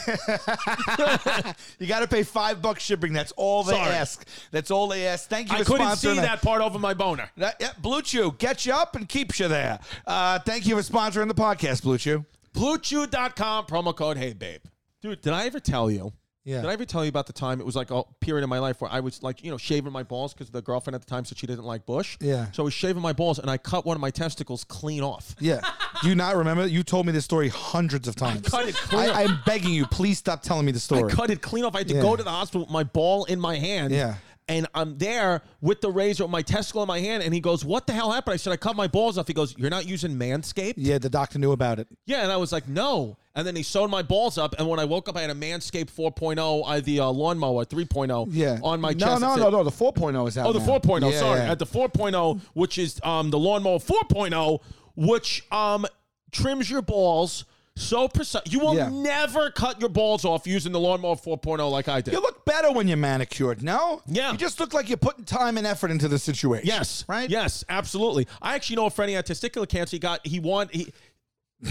C: You got to pay five bucks shipping. That's all they
B: Sorry.
C: ask. That's all they ask. Thank you.
B: I
C: for
B: couldn't see
C: sponsoring
B: that part over my boner.
C: That- yeah, Blue Chew gets you up and keeps you there. Uh, thank you for sponsoring the podcast, Blue Chew.
B: BlueChew.com promo code Hey Babe. Dude, did I ever tell you?
C: Yeah.
B: Did I ever tell you about the time it was like a period in my life where I was like, you know, shaving my balls because the girlfriend at the time said she didn't like bush.
C: Yeah.
B: So I was shaving my balls and I cut one of my testicles clean off.
C: Yeah. Do you not remember? You told me this story hundreds of times.
B: cut it clean.
C: I, am begging you, please stop telling me the
B: I
C: story.
B: cut it clean off. I had to
C: Yeah.
B: go to the hospital with my ball in my hand.
C: Yeah.
B: And I'm there with the razor, with my testicle in my hand, and he goes, "What the hell happened?" I said, "I cut my balls off." He goes, "You're not using Manscaped."
C: yeah, the doctor knew about it.
B: Yeah, and I was like, no. And then he sewed my balls up, and when I woke up, I had a Manscaped 4.0, I, the uh, lawnmower 3.0
C: Yeah.
B: on my
C: no,
B: chest.
C: No,
B: It
C: no,
B: said-
C: no. The 4.0 is out.
B: Oh, the
C: now.
B: 4.0,
C: Yeah,
B: sorry.
C: yeah.
B: At the 4.0, which is um, the lawnmower 4.0, which um, trims your balls so precise. You will
C: Yeah.
B: never cut your balls off using the lawnmower 4.0 like I did.
C: you look better when you're manicured, no?
B: Yeah.
C: You just look like you're putting time and effort into the situation.
B: Yes.
C: Right?
B: Yes, absolutely. I actually know a friend he had testicular cancer. He got, he won, he,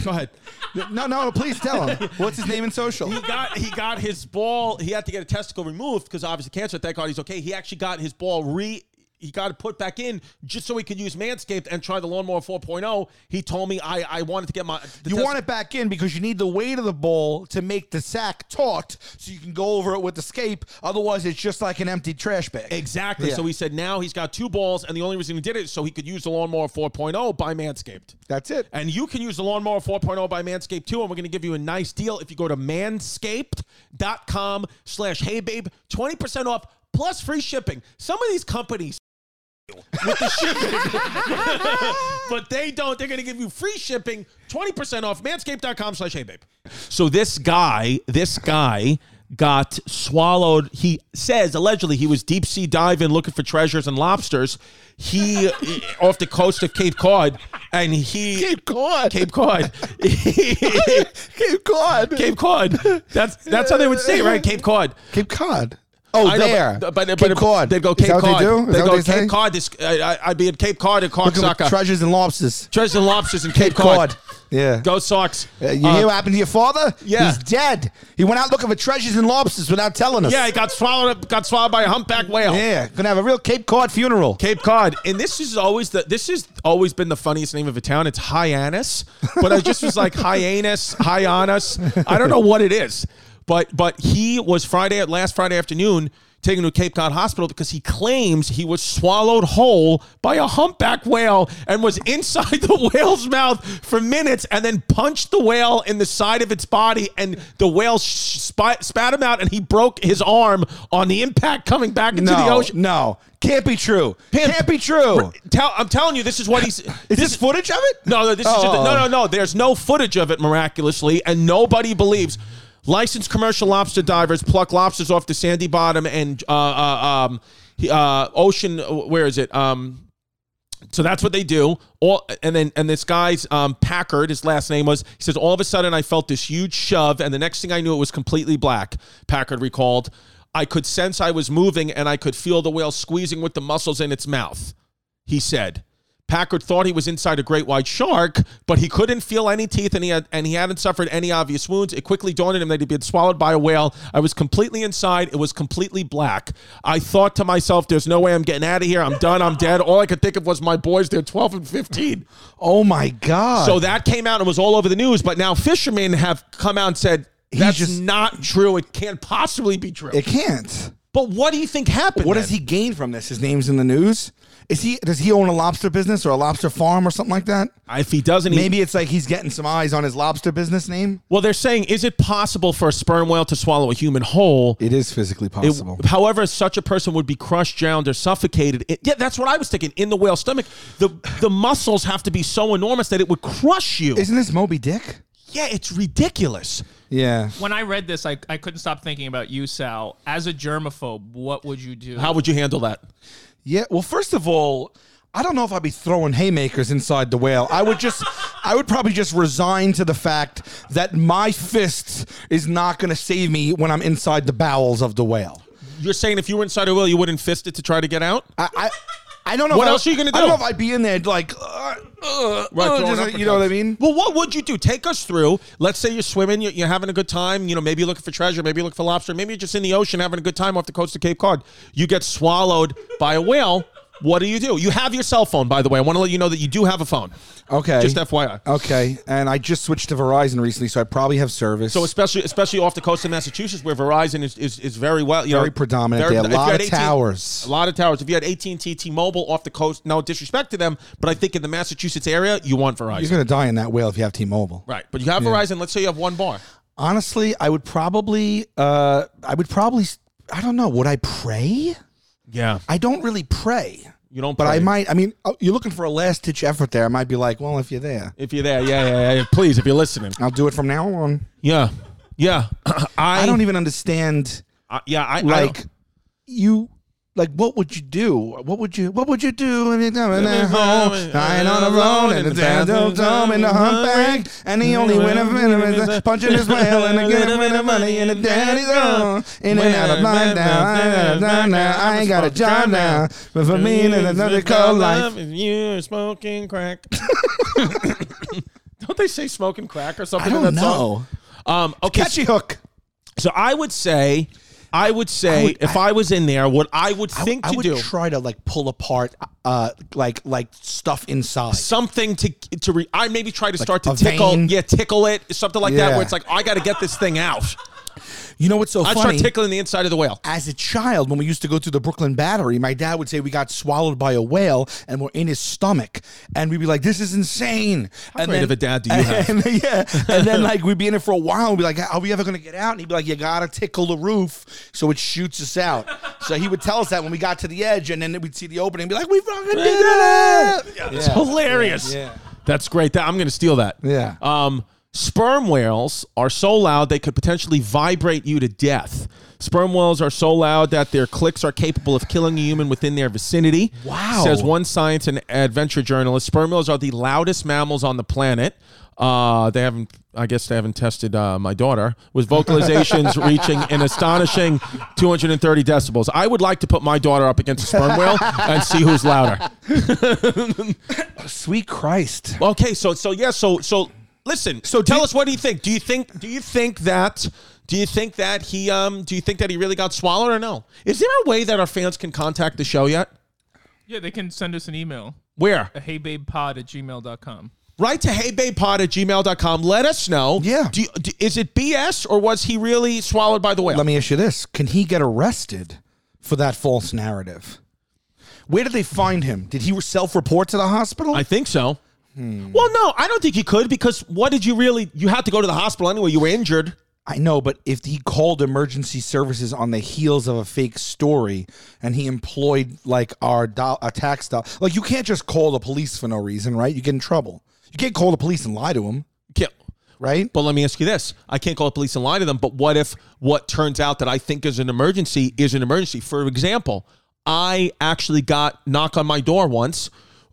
B: go ahead.
C: No, no, please tell him. What's his name in social?
B: he got he got his ball. He had to get a testicle removed because obviously cancer. Thank God he's okay. He actually got his ball re. He got it put back in just so he could use Manscaped and try the lawnmower 4.0. He told me I I wanted to get my. The
C: You
B: test-
C: want it back in because you need the weight of the ball to make the sack taut so you can go over it with the scape. Otherwise, it's just like an empty trash bag.
B: exactly.
C: Yeah.
B: So he said now he's got two balls and the only reason he did it is so he could use the lawnmower 4.0 by Manscaped.
C: That's it.
B: And you can use the lawnmower 4.0 by Manscaped too. And we're going to give you a nice deal if you go to manscaped.com slash heybabe, 20% off plus free shipping. Some of these companies with the shipping, but they don't. They're going to give you free shipping, 20% off manscaped.com slash heybabe. So this guy, this guy got swallowed. He says allegedly he was deep sea diving looking for treasures and lobsters. He off the coast of Cape Cod, and he
C: Cape Cod.
B: Cape Cod. Cape
C: Cod.
B: Cape Cod. That's that's how they would say it, right? Cape Cod.
C: Cape Cod. Oh,
B: I know,
C: there.
B: but, but,
C: Cape
B: but-
C: Cod.
B: They'd go
C: Is
B: Cape
C: that what
B: Cod.
C: they do? Is
B: They'd
C: that
B: go
C: what they
B: Cape
C: say?
B: Cod. This, I, I, I'd be in Cape Cod and
C: Looking for
B: cocksucker.
C: treasures and lobsters.
B: Treasures and lobsters in
C: Cape
B: Cape,
C: Cod. Yeah.
B: Go Sox.
C: Uh, you
B: Uh,
C: hear what happened to your father?
B: yeah.
C: He's dead. He went out looking for treasures and lobsters without telling us.
B: yeah, he got swallowed up, got swallowed by a humpback whale.
C: Yeah. Gonna have a real Cape Cod funeral.
B: Cape Cod, and this is always the this has always been the funniest name of a town. It's Hyannis, but I just was like Hyannis, Hyannis. I don't know what it is, but but he was Friday last Friday afternoon taken to Cape Cod Hospital because he claims he was swallowed whole by a humpback whale and was inside the whale's mouth for minutes and then punched the whale in the side of its body and the whale sh- spat, spat him out and he broke his arm on the impact coming back into
C: no,
B: the ocean.
C: No. Can't be true.
B: Pimp.
C: Can't be true.
B: Tell, I'm telling you, this is what he's.
C: Is this footage of it?
B: no, no, this is just, no, no, no. There's no footage of it miraculously, and nobody believes. Licensed commercial lobster divers pluck lobsters off the sandy bottom and uh, uh, um, he- uh, ocean. Where is it? Um, so that's what they do. All and then and this guy's um, Packard, his last name was. He says all of a sudden I felt this huge shove, and the next thing I knew it was completely black. Packard recalled, I could sense I was moving, and I could feel the whale squeezing with the muscles in its mouth. He said. Packard thought he was inside a great white shark, but he couldn't feel any teeth and he had and he hadn't suffered any obvious wounds. It quickly dawned on him that he'd been swallowed by a whale. I was completely inside. It was completely black. I thought to myself, there's no way I'm getting out of here. I'm done. I'm dead. All I could think of was my boys, they're 12 and 15.
C: Oh my God.
B: So that came out and was all over the news, but now fishermen have come out and said that's
C: just-
B: not true. It can't possibly be true.
C: it can't.
B: but what do you think happened?
C: What
B: then?
C: does he gain from this? His name's in the news. Is he does he own a lobster business or a lobster farm or something like that?
B: if he doesn't he-
C: Maybe it's like he's getting some eyes on his lobster business name.
B: Well, they're saying, is it possible for a sperm whale to swallow a human whole?
C: It is physically
B: It-
C: possible.
B: however, such a person would be crushed, drowned, or suffocated. It- yeah, that's what I was thinking. In the whale's stomach, the the muscles have to be so enormous that it would crush you.
C: Isn't this Moby Dick?
B: yeah, it's ridiculous.
C: Yeah.
D: When I read this, I, I couldn't stop thinking about you, Sal. As a germaphobe, what would you do?
B: How would you handle that?
C: Yeah. Well, first of all, I don't know if I'd be throwing haymakers inside the whale. I would just, I would probably just resign to the fact that my fist is not going to save me when I'm inside the bowels of the whale.
B: You're saying if you were inside a whale, you wouldn't fist it to try to get out?
C: I, I, I don't know.
B: What
C: if I-
B: else are you gonna
C: I don't
B: do?
C: know if I'd be in there like, uh, uh, uh,
B: throwing
C: just,
B: uppercuts.
C: you know what I mean?
B: Well, what would you do? Take us through. Let's say you're swimming, you're, you're having a good time. You know, maybe you're looking for treasure, maybe you're looking for lobster, maybe you're just in the ocean having a good time off the coast of Cape Cod. You get swallowed by a whale. What do you do? You have your cell phone, by the way. I want to let you know that you do have a phone.
C: Okay. Uh,
B: Just FYI.
C: Okay, and I just switched to Verizon recently, so I probably have service.
B: So especially especially off the coast of Massachusetts, where Verizon is, is, is very well, you know,
C: Very predominant. They have
B: if you
C: lot
B: had
C: of towers.
B: A lot of towers. If you had AT and T, T-Mobile off the coast, no disrespect to them, but I think in the Massachusetts area, you want Verizon,
C: you're going to die in that whale if you have T-Mobile.
B: right? But you have Verizon. Let's say you have one bar.
C: Honestly, I would probably, uh, I would probably, I don't know, would I pray?
B: Yeah,
C: I don't really pray,
B: you don't.
C: but I
B: pay.
C: might. I mean, oh, you're looking for a last ditch effort there. I might be like, well, if you're there,
B: If you're there, yeah, yeah, yeah. Please, if you're listening,
C: I'll do it from now on.
B: yeah, yeah. I,
C: I don't even understand,
B: I- yeah, I I don't-
C: like, you. Like what would you do? What would you What would you do if you're coming at home, lying on the road in the Dando Dome in the humpback, and the only winner is punching his whale and again with the money in the daddy's own. In and out of line now, I ain't got a job now, I ain't got a job now, but for me and another cold life.
B: If you're smoking crack. don't they say smoking crack or something?
C: I
B: in
C: don't
B: that song?
C: know.
B: Um, okay,
C: Catchy hook.
B: so I would say, I would say, if I, was in there, what I would think
C: I
B: to
C: would
B: do
C: try to like pull apart, uh, like like stuff inside.
B: something to to re- I maybe try to start to
C: a
B: tickle,
C: vein?
B: yeah, tickle it, something like that,
C: Yeah.
B: where it's like I got to get this thing out.
C: You know what's so
B: I start
C: funny?
B: tickling the inside of the whale.
C: as a child, when we used to go through the Brooklyn Battery, my dad would say we got swallowed by a whale and we're in his stomach, and we'd be like, "This is insane." How
B: great of a dad do you have?
C: And, then- yeah, and then like we'd be in it for a while and be like, "Are we ever gonna get out?" And he'd be like, "You gotta tickle the roof so it shoots us out." so he would tell us that when we got to the edge, and then we'd see the opening and be like, "We fucking did it!"
B: It's hilarious.
C: Yeah.
B: That's great. That I'm going to steal that.
C: Yeah.
B: Um. Sperm whales are so loud they could potentially vibrate you to death. Sperm whales are so loud that their clicks are capable of killing a human within their vicinity.
C: Wow.
B: Says one science and adventure journalist. Sperm whales are the loudest mammals on the planet. Uh, they haven't, I guess, they haven't tested uh, my daughter. With vocalizations reaching an astonishing 230 decibels. I would like to put my daughter up against a sperm whale and see who's louder.
C: Sweet Christ.
B: Okay, so so yeah, so so listen. So tell us what do you think? Do you think do you think that do you think that he um do you think that he really got swallowed or no? Is there a way that our fans can contact the show yet?
D: Yeah, they can send us an email
B: Where?
D: at heybabepod at gmail.com.
B: Write to heybabepod at gmail.com. Let us know.
C: Yeah.
B: Do, you- do, is it BS or was he really swallowed by the whale?
C: Let me ask you this: Can he get arrested for that false narrative? Where did they find him? Did he self-report to the hospital?
B: I think so. Well, no, I don't think he could because what did you really? You had to go to the hospital anyway. You were injured.
C: I know, but if he called emergency services on the heels of a fake story and he employed like our do- a tax doll, like you can't just call the police for no reason, right? You get in trouble. You can't call the police and lie to them,
B: Yeah.
C: right?
B: But let me ask you this: I can't call the police and lie to them. But what if what turns out that I think is an emergency is an emergency? For example, I actually got knock on my door once.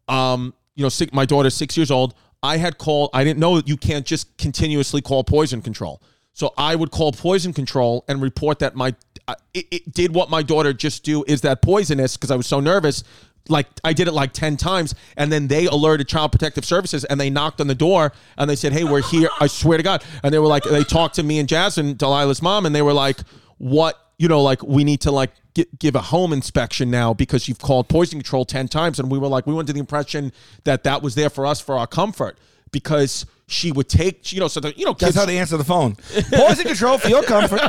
B: Um, you know, six, my daughter's six years old. I had called. I didn't know that you can't just continuously call poison control. So I would call poison control and report that my uh, it, it did what my daughter just do is that poisonous because I was so nervous. Like I did it like ten times, and then they alerted Child Protective Services, and they knocked on the door, and they said, "Hey, we're here." I swear to God, and they were like, they talked to me and Jasmine, Delilah's mom, and they were like, "What? You know, like we need to like gi- give a home inspection now because you've called poison control ten times." And we were like, we went to the impression that that was there for us for our comfort because she would take, you know, so that you know,
C: That's
B: kids
C: how they answer the phone. Poison control for your comfort.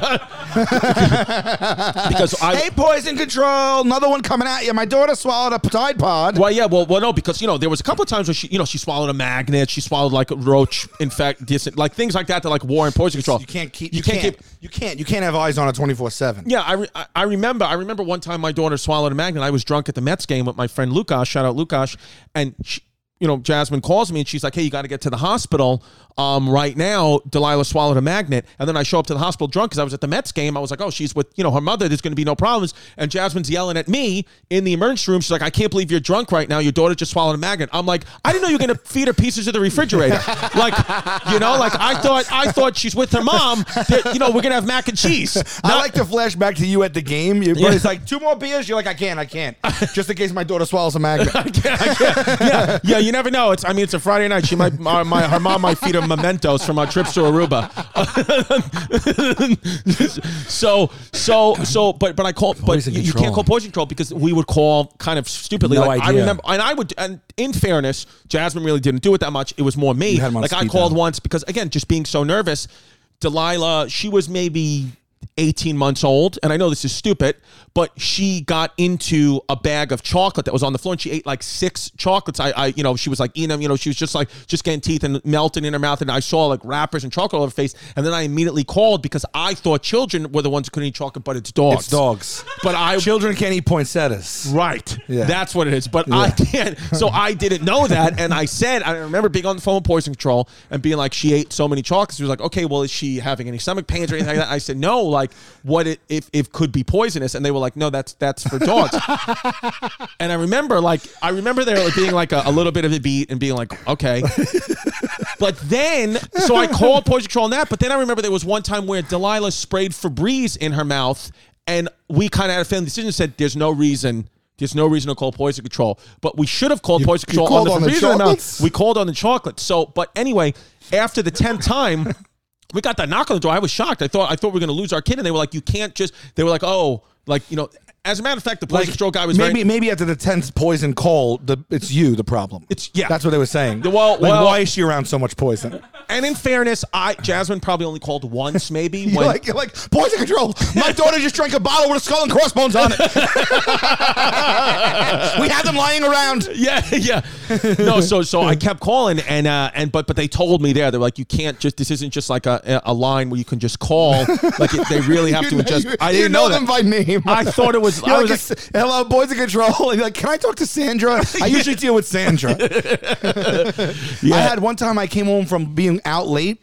B: because I
C: hey, poison control. Another one coming at you. My daughter swallowed a Tide Pod.
B: Well, yeah, well, well, no, because you know there was a couple of times where she, you know, she swallowed a magnet, she swallowed like a roach, infect, dis- like things like that that like war and poison control.
C: You can't keep. You, can't, keep. You can't. You can't have eyes on it twenty four seven.
B: Yeah, I, re- I- I remember. I remember one time my daughter swallowed a magnet. I was drunk at the Mets game with my friend Lukash. Shout out Lukash. And she, you know, Jasmine calls me and she's like, "Hey, you got to get to the hospital um, right now." Delilah swallowed a magnet, and then I show up to the hospital drunk because I was at the Mets game. I was like, "Oh, she's with you know her mother. There's going to be no problems." And Jasmine's yelling at me in the emergency room. She's like, "I can't believe you're drunk right now. Your daughter just swallowed a magnet." I'm like, "I didn't know you were going to feed her pieces of the refrigerator." like, you know, like I thought I thought she's with her mom. That, you know, we're going to have mac and cheese.
C: I
B: Not-
C: like to flash back to you at the game. You,
B: Yeah.
C: But it's like two more beers. You're like, I can't, I can't. Just in case my daughter swallows a magnet.
B: yeah, yeah. You never know. It's I mean, it's a Friday night. She might my, my her mom might feed her mementos from our trips to Aruba. so so so, but but I call but
C: Poison
B: you, you
C: control.
B: can't call poison control because we would call kind of stupidly.
C: No
B: like I
C: idea.
B: remember, and I would. And in fairness, Jasmine really didn't do it that much. It was more me.
C: You had 'em on
B: Like I
C: speed
B: called
C: dial.
B: once because again, just being so nervous. Delilah, she was maybe. 18 months old, and I know this is stupid, but she got into a bag of chocolate that was on the floor and she ate like six chocolates. I, I you know, she was like eating them, you know, she was just like just getting teeth and melting in her mouth. And I saw like wrappers and chocolate all over her face. And then I immediately called because I thought children were the ones who couldn't eat chocolate, but it's dogs.
C: It's dogs.
B: But I
C: Children can't eat poinsettias.
B: Right.
C: Yeah.
B: That's what it is. But I can't. So I didn't know that. And I said, I remember being on the phone with poison control and being like, she ate so many chocolates. She was like, okay, well, is she having any stomach pains or anything like that? I said, no, like what it, if, if could be poisonous. And they were like, no, that's, that's for dogs. and I remember like, I remember there like, being like a, a little bit of a beat and being like, okay. But then, so I called Poison Control on that. But then I remember there was one time where Delilah sprayed Febreze in her mouth, and we kind of had a family decision. and Said there's no reason, there's no reason to call Poison Control, but we should have called Poison
C: you
B: Control
C: called
B: on
C: on
B: the
C: the
B: Febreze in her mouth.
C: chocolates?
B: We called on the chocolate. So, but anyway, after the tenth time. We got that knock on the door. I was shocked. I thought I thought we were going to lose our kid, and they were like, "You can't just." They were like, "Oh, like you know." As a matter of fact, the poison control guy was very-
C: maybe maybe after the tenth poison call, the it's you the problem.
B: It's- yeah.
C: That's what they were saying.
B: Well-
C: like,
B: well-
C: why is she around so much poison?
B: And in fairness, I Jasmine probably only called once, maybe.
C: You're like, you're like poison control. My daughter just drank a bottle with a skull and crossbones on it. we have them lying around.
B: yeah, yeah. No, so so I kept calling and uh and but but they told me there they were like you can't just this isn't just like a a line where you can just call like it, they really have to adjust. I
C: you
B: didn't know,
C: know,
B: that.
C: them by name.
B: I thought it was.
C: You're
B: I was
C: like,
B: like,
C: "It's- hello, boys in control. And you're like, can I talk to Sandra? I usually deal with Sandra. I had one time I came home from being out late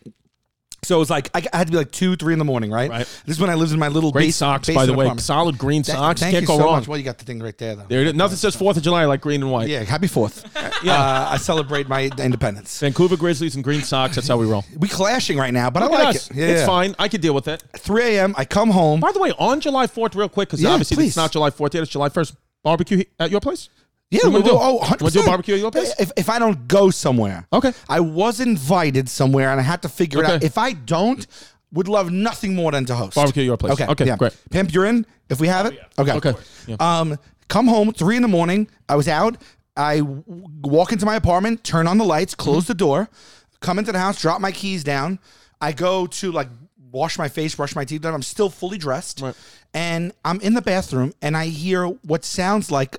C: So it was like I I had to be like two, three in the morning, right?
B: Right.
C: This is when I lived in my little
B: Great
C: base-
B: socks, by
C: basement
B: the way.
C: apartment.
B: Solid green
C: Tha-
B: socks.
C: Thank
B: Can't
C: you
B: go
C: so
B: wrong.
C: much. Well, you got the thing right there, though.
B: There it is. Nothing says Fourth of July like green and white.
C: Yeah, happy Fourth. yeah, uh, I celebrate my independence.
B: Vancouver Grizzlies and green socks. That's how we roll.
C: We clashing right now, but I
B: Look at
C: like
B: us.
C: it. Yeah,
B: it's
C: yeah.
B: fine. I could deal with it.
C: 3 a.m. I come home.
B: By the way, on July 4th, real quick, because
C: Yeah,
B: obviously
C: please.
B: it's not July 4th yet. It's July 1st. Barbecue he- at your place?
C: Yeah,
B: What
C: we'll
B: do
C: do.
B: you do?
C: Oh,
B: You wanna do
C: 100%.
B: barbecue at your place?
C: If, if I don't go somewhere,
B: Okay.
C: I was invited somewhere, and I had to figure it out.
B: Okay.
C: If I don't, would love nothing more than to host
B: Barbecue at your place.
C: Okay,
B: Okay,
C: yeah.
B: great.
C: Pimp, you're in. If we have it, okay,
B: Okay, yeah.
C: Um, come home three in the morning. I was out. I w- walk into my apartment, turn on the lights,
B: Mm-hmm.
C: close the door, come into the house, drop my keys down. I go to like wash my face, brush my teeth. Then I'm still fully dressed,
B: Right.
C: and I'm in the bathroom, and I hear what sounds like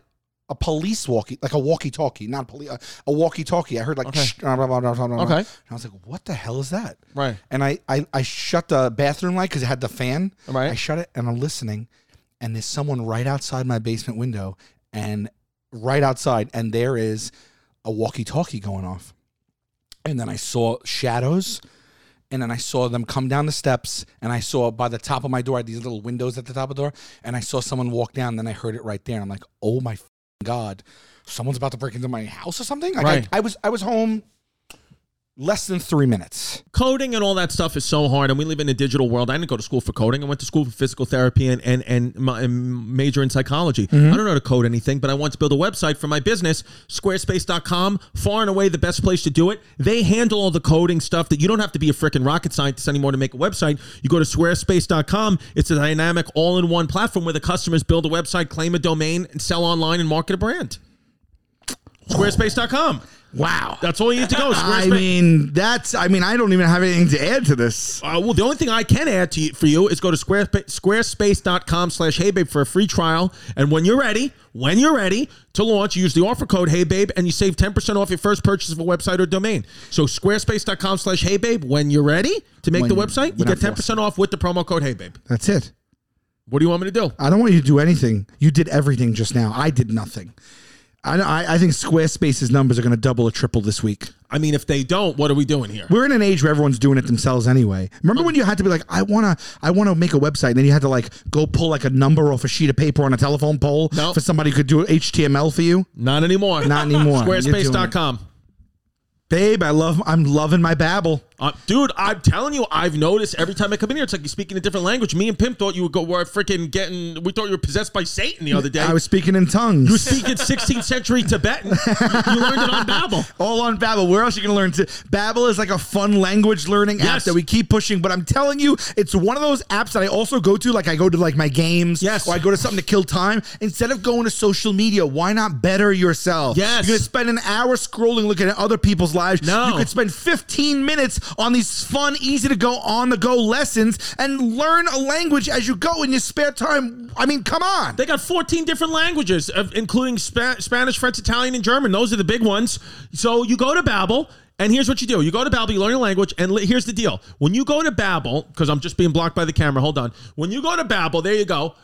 C: a police walkie, like a walkie-talkie, not police, a, a walkie-talkie. I heard like, shh, blah, blah, blah, blah, blah, blah.
B: Okay.
C: And I was like, what the hell is that?
B: Right.
C: And I I, I shut the bathroom light because it had the fan.
B: Right.
C: I shut it and I'm listening, and there's someone right outside my basement window, and right outside, and there is a walkie-talkie going off, and then I saw shadows. And then I saw them come down the steps, and I saw by the top of my door, I had these little windows at the top of the door, and I saw someone walk down. And then I heard it right there, and I'm like, "Oh my f***ing god, someone's about to break into my house or something!" Like
B: Right.
C: I, I was, I was home less than three minutes.
B: coding and all that stuff is so hard and we live in a digital world i didn't go to school for coding i went to school for physical therapy and and, and, my, and major in psychology
C: Mm-hmm.
B: i don't know how to code anything but i want to build a website for my business squarespace.com far and away the best place to do it they handle all the coding stuff that you don't have to be a freaking rocket scientist anymore to make a website you go to squarespace.com it's a dynamic all-in-one platform where the customers build a website claim a domain and sell online and market a brand squarespace.com
C: Wow.
B: that's all you need to go
C: I
B: squarespace
C: mean, that's. I mean, I don't even have anything to add to this.
B: Uh, well, the only thing I can add to you, for you is go to squarespace, squarespace.com slash heybabe for a free trial. And when you're ready, when you're ready to launch, use the offer code heybabe and you save 10% off your first purchase of a website or domain. So squarespace.com slash heybabe. When you're ready to make
C: When
B: the
C: you're-
B: website, you
C: when I
B: get 10% off with the promo code heybabe.
C: That's it.
B: What do you want me to do?
C: I don't want you to do anything. You did everything just now. I did nothing. I, I, I think Squarespace's numbers are going to double or triple this week.
B: I mean, if they don't, what are we doing here?
C: We're in an age where everyone's doing it themselves anyway. Remember when you had to be like, I wanna, I wanna make a website, and then you had to like go pull like a number off a sheet of paper on a telephone pole
B: No.
C: for somebody who could do HTML for you.
B: Not anymore.
C: Not anymore. You're doing it.
B: Squarespace.com.
C: Babe, I love, I'm loving my babble.
B: Uh, dude, I'm telling you, I've noticed every time I come in here, it's like you're speaking a different language. Me and Pimp thought you would go, were freaking getting, we thought you were possessed by Satan the other day.
C: I was speaking in tongues.
B: You speak in 16th century Tibetan. You learned it on Babel.
C: All on Babbel. Where else are you going to learn? To Babbel is like a fun language learning app
B: Yes.
C: that we keep pushing. But I'm telling you, it's one of those apps that I also go to. Like I go to like my games.
B: Yes.
C: Or I go to something to kill time. Instead of going to social media, why not better yourself?
B: Yes.
C: You're going to spend an hour scrolling looking at other people's lives.
B: No.
C: You could spend 15 minutes on these fun, easy to go on the go lessons and learn a language as you go in your spare time. I mean, come on.
B: They got 14 different languages, of- including Spa- Spanish, French, Italian, and German. Those are the big ones. So you go to Babel, and here's what you do. You go to Babel, you learn your language, and li- here's the deal. When you go to Babel, because I'm just being blocked by the camera, hold on. When you go to Babel, there you go.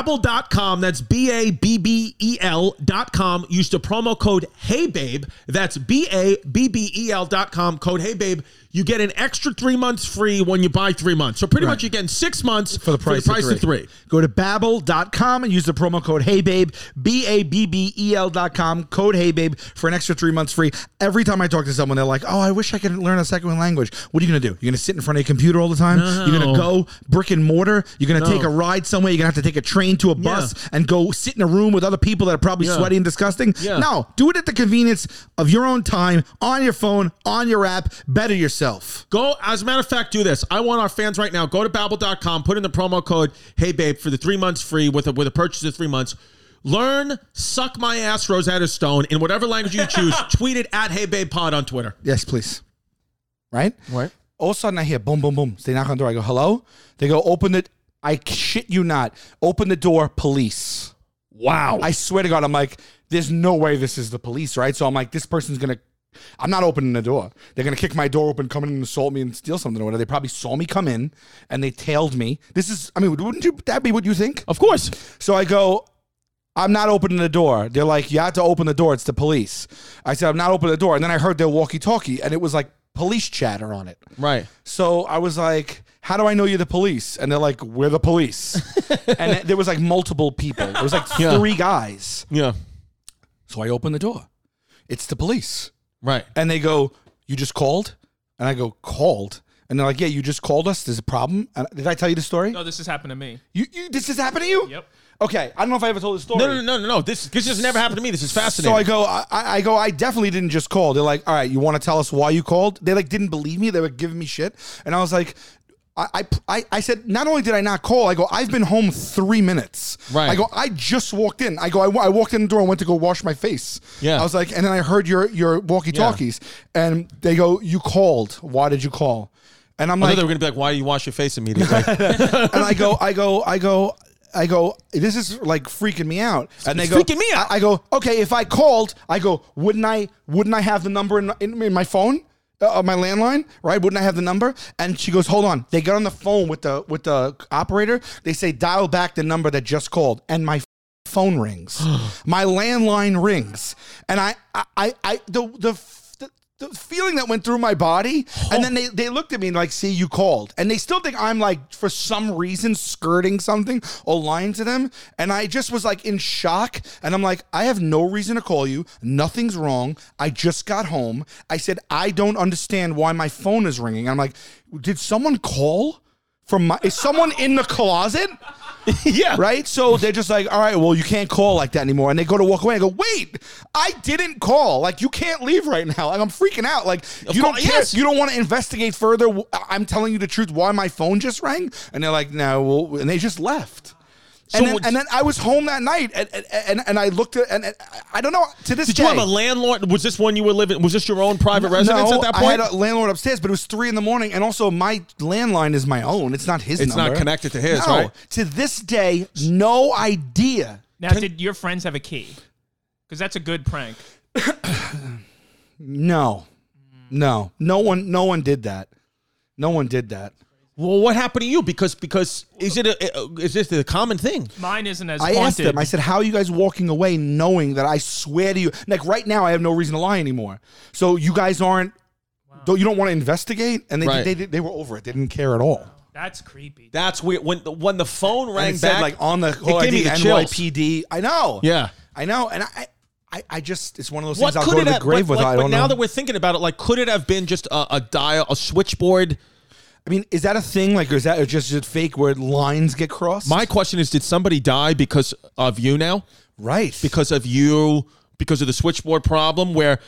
B: Babbel.com, that's B A B B E L.com. Use the promo code HeyBabe. That's B A B B E L.com, code HeyBabe. You get an extra three months free when you buy three months. So pretty much you're getting six months
C: for the price, of, three. Go to babbel.com and use the promo code HeyBabe, B-A-B-B-E-L E dot com, code HeyBabe for an extra three months free. Every time I talk to someone, they're like, oh, I wish I could learn a second language. What are you going to do? You're going to sit in front of your computer all the time? You're going to go brick and mortar? You're going to take a ride somewhere? You're going to have to take a train to a bus and go sit in a room with other people that are probably
B: Yeah.
C: sweaty and disgusting?
B: Yeah.
C: No, do it at the convenience of your own time, on your phone, on your app. Better yourself.
B: Go, as a matter of fact, do this. I want our fans right now. Go to babbel.com, put in the promo code Hey Babe for the three months free with a with a purchase of three months. Learn Suck My Ass Rosetta Stone in whatever language you choose. Tweet it at Hey Babe Pod on Twitter.
C: Yes, please. Right?
B: Right.
C: All of a sudden, I hear boom, boom, boom. They knock on the door. I go, hello? They go, open it. I shit you not. Open the door, police.
B: Wow.
C: I swear to God, I'm like, there's no way this is the police, right? So I'm like, this person's going to, I'm not opening the door. They're going to kick my door open, come in and assault me and steal something or whatever. They probably saw me come in and they tailed me. This is, I mean, wouldn't you, that be what you think?
B: of course.
C: So I go, I'm not opening the door. They're like, you have to open the door. It's the police. I said, I'm not opening the door. And then I heard their walkie talkie, and it was like police chatter on it.
B: Right.
C: So I was like, "How do I know you're the police?" And they're like, "We're the police." and there was like multiple people. There was like
B: Yeah.
C: three guys.
B: Yeah.
C: So I open the door. It's the police.
B: Right.
C: And they go, "You just called?" And I go, "Called." And they're like, "Yeah, you just called us. There's a problem." And did I tell you the story?
D: No, this has happened to me.
C: You, you this has happened to you?
D: Yep.
C: Okay, I don't know if I ever told the story.
B: No, no, no, no, no. This this has never happened to me. This is fascinating.
C: So I go, I, I I go, I definitely didn't just call. They're like, all right, you want to tell us why you called? They like didn't believe me. They were giving me shit, and I was like. I, I, I- I said, not only did I not call, I go, I've been home three minutes.
B: Right.
C: I go, I just walked in. I go, I, wa- I walked in the door and went to go wash my face.
B: Yeah.
C: I was like, and then I heard your, your walkie talkies. And they go, You called. Why did you call? And I'm
B: I thought
C: like,
B: they were gonna be like, "Why do you wash your face immediately?" Like,
C: and I go, I go, I go, I go. This is like freaking me out. And they
B: It's
C: go,
B: freaking me out.
C: I, I go, okay. If I called, I go, wouldn't I? Wouldn't I have the number in, in, in my phone? Uh, uh, my landline, right? Wouldn't I have the number? And she goes, "Hold on." They get on the phone with the with the operator. They say, "Dial back the number that just called." And my phone rings. my landline rings, and I, I, I, I the, the the the feeling that went through my body, and then they they looked at me and like, "See, you called," and they still think I'm like for some reason skirting something or lying to them, and I just was like in shock, and I'm like, "I have no reason to call you. Nothing's wrong. I just got home. I said I don't understand why my phone is ringing." I'm like, "Did someone call?" From my, is someone in the closet?
B: yeah.
C: Right? So they're just like, all right, well, you can't call like that anymore. And they go to walk away. I go, wait, I didn't call. Like, you can't leave right now. Like, I'm freaking out. Like, you don't
B: course,
C: care.
B: yes.
C: You don't want to investigate further. W- I- I'm telling you the truth why my phone just rang. And they're like, no. Well, and they just left. and, then,
B: would-
C: and then I was home that night, and and, and, and I looked at and, and I don't know to this
B: Did
C: day.
B: you have a landlord? Was this one you were living? Was this your own private residence
C: no,
B: at that
C: I
B: point?
C: had a landlord upstairs, but it was three in the morning, and also my landline is my own. It's not his.
B: It's not
C: number.
B: connected to his,
C: No.
B: right?
C: To this day, no idea.
D: Now, did your friends have a key? Because that's a good prank.
C: No, no, no one, no one did that. No one did that.
B: well, what happened to you? Because because is it a, is this a common thing?
D: Mine isn't as
C: I
D: haunted.
C: asked them. I said, "How are you guys walking away knowing that I swear to you, like right now, I have no reason to lie anymore. So you guys aren't. Don't, you don't want to investigate?" And they,
B: Right.
C: they, they they were over it. They didn't care at all.
D: that's creepy.
B: That's weird. When the- when the phone rang
C: And it
B: back,
C: said like on the
B: it
C: whole
B: gave me
C: ID,
B: the chills.
C: NYPD. I know.
B: Yeah.
C: I know. And I, I, I just it's one of those
B: What
C: things I'll
B: could
C: go to
B: it
C: the
B: have?
C: grave
B: but,
C: with.
B: like,
C: I
B: but
C: don't
B: now
C: know.
B: that we're thinking about it, like, could it have been just a, a dial, a switchboard?
C: I mean, is that a thing? Like, is that or just is it fake where lines get crossed?
B: My question is, did somebody die because of you now?
C: right.
B: because of you, because of the switchboard problem, where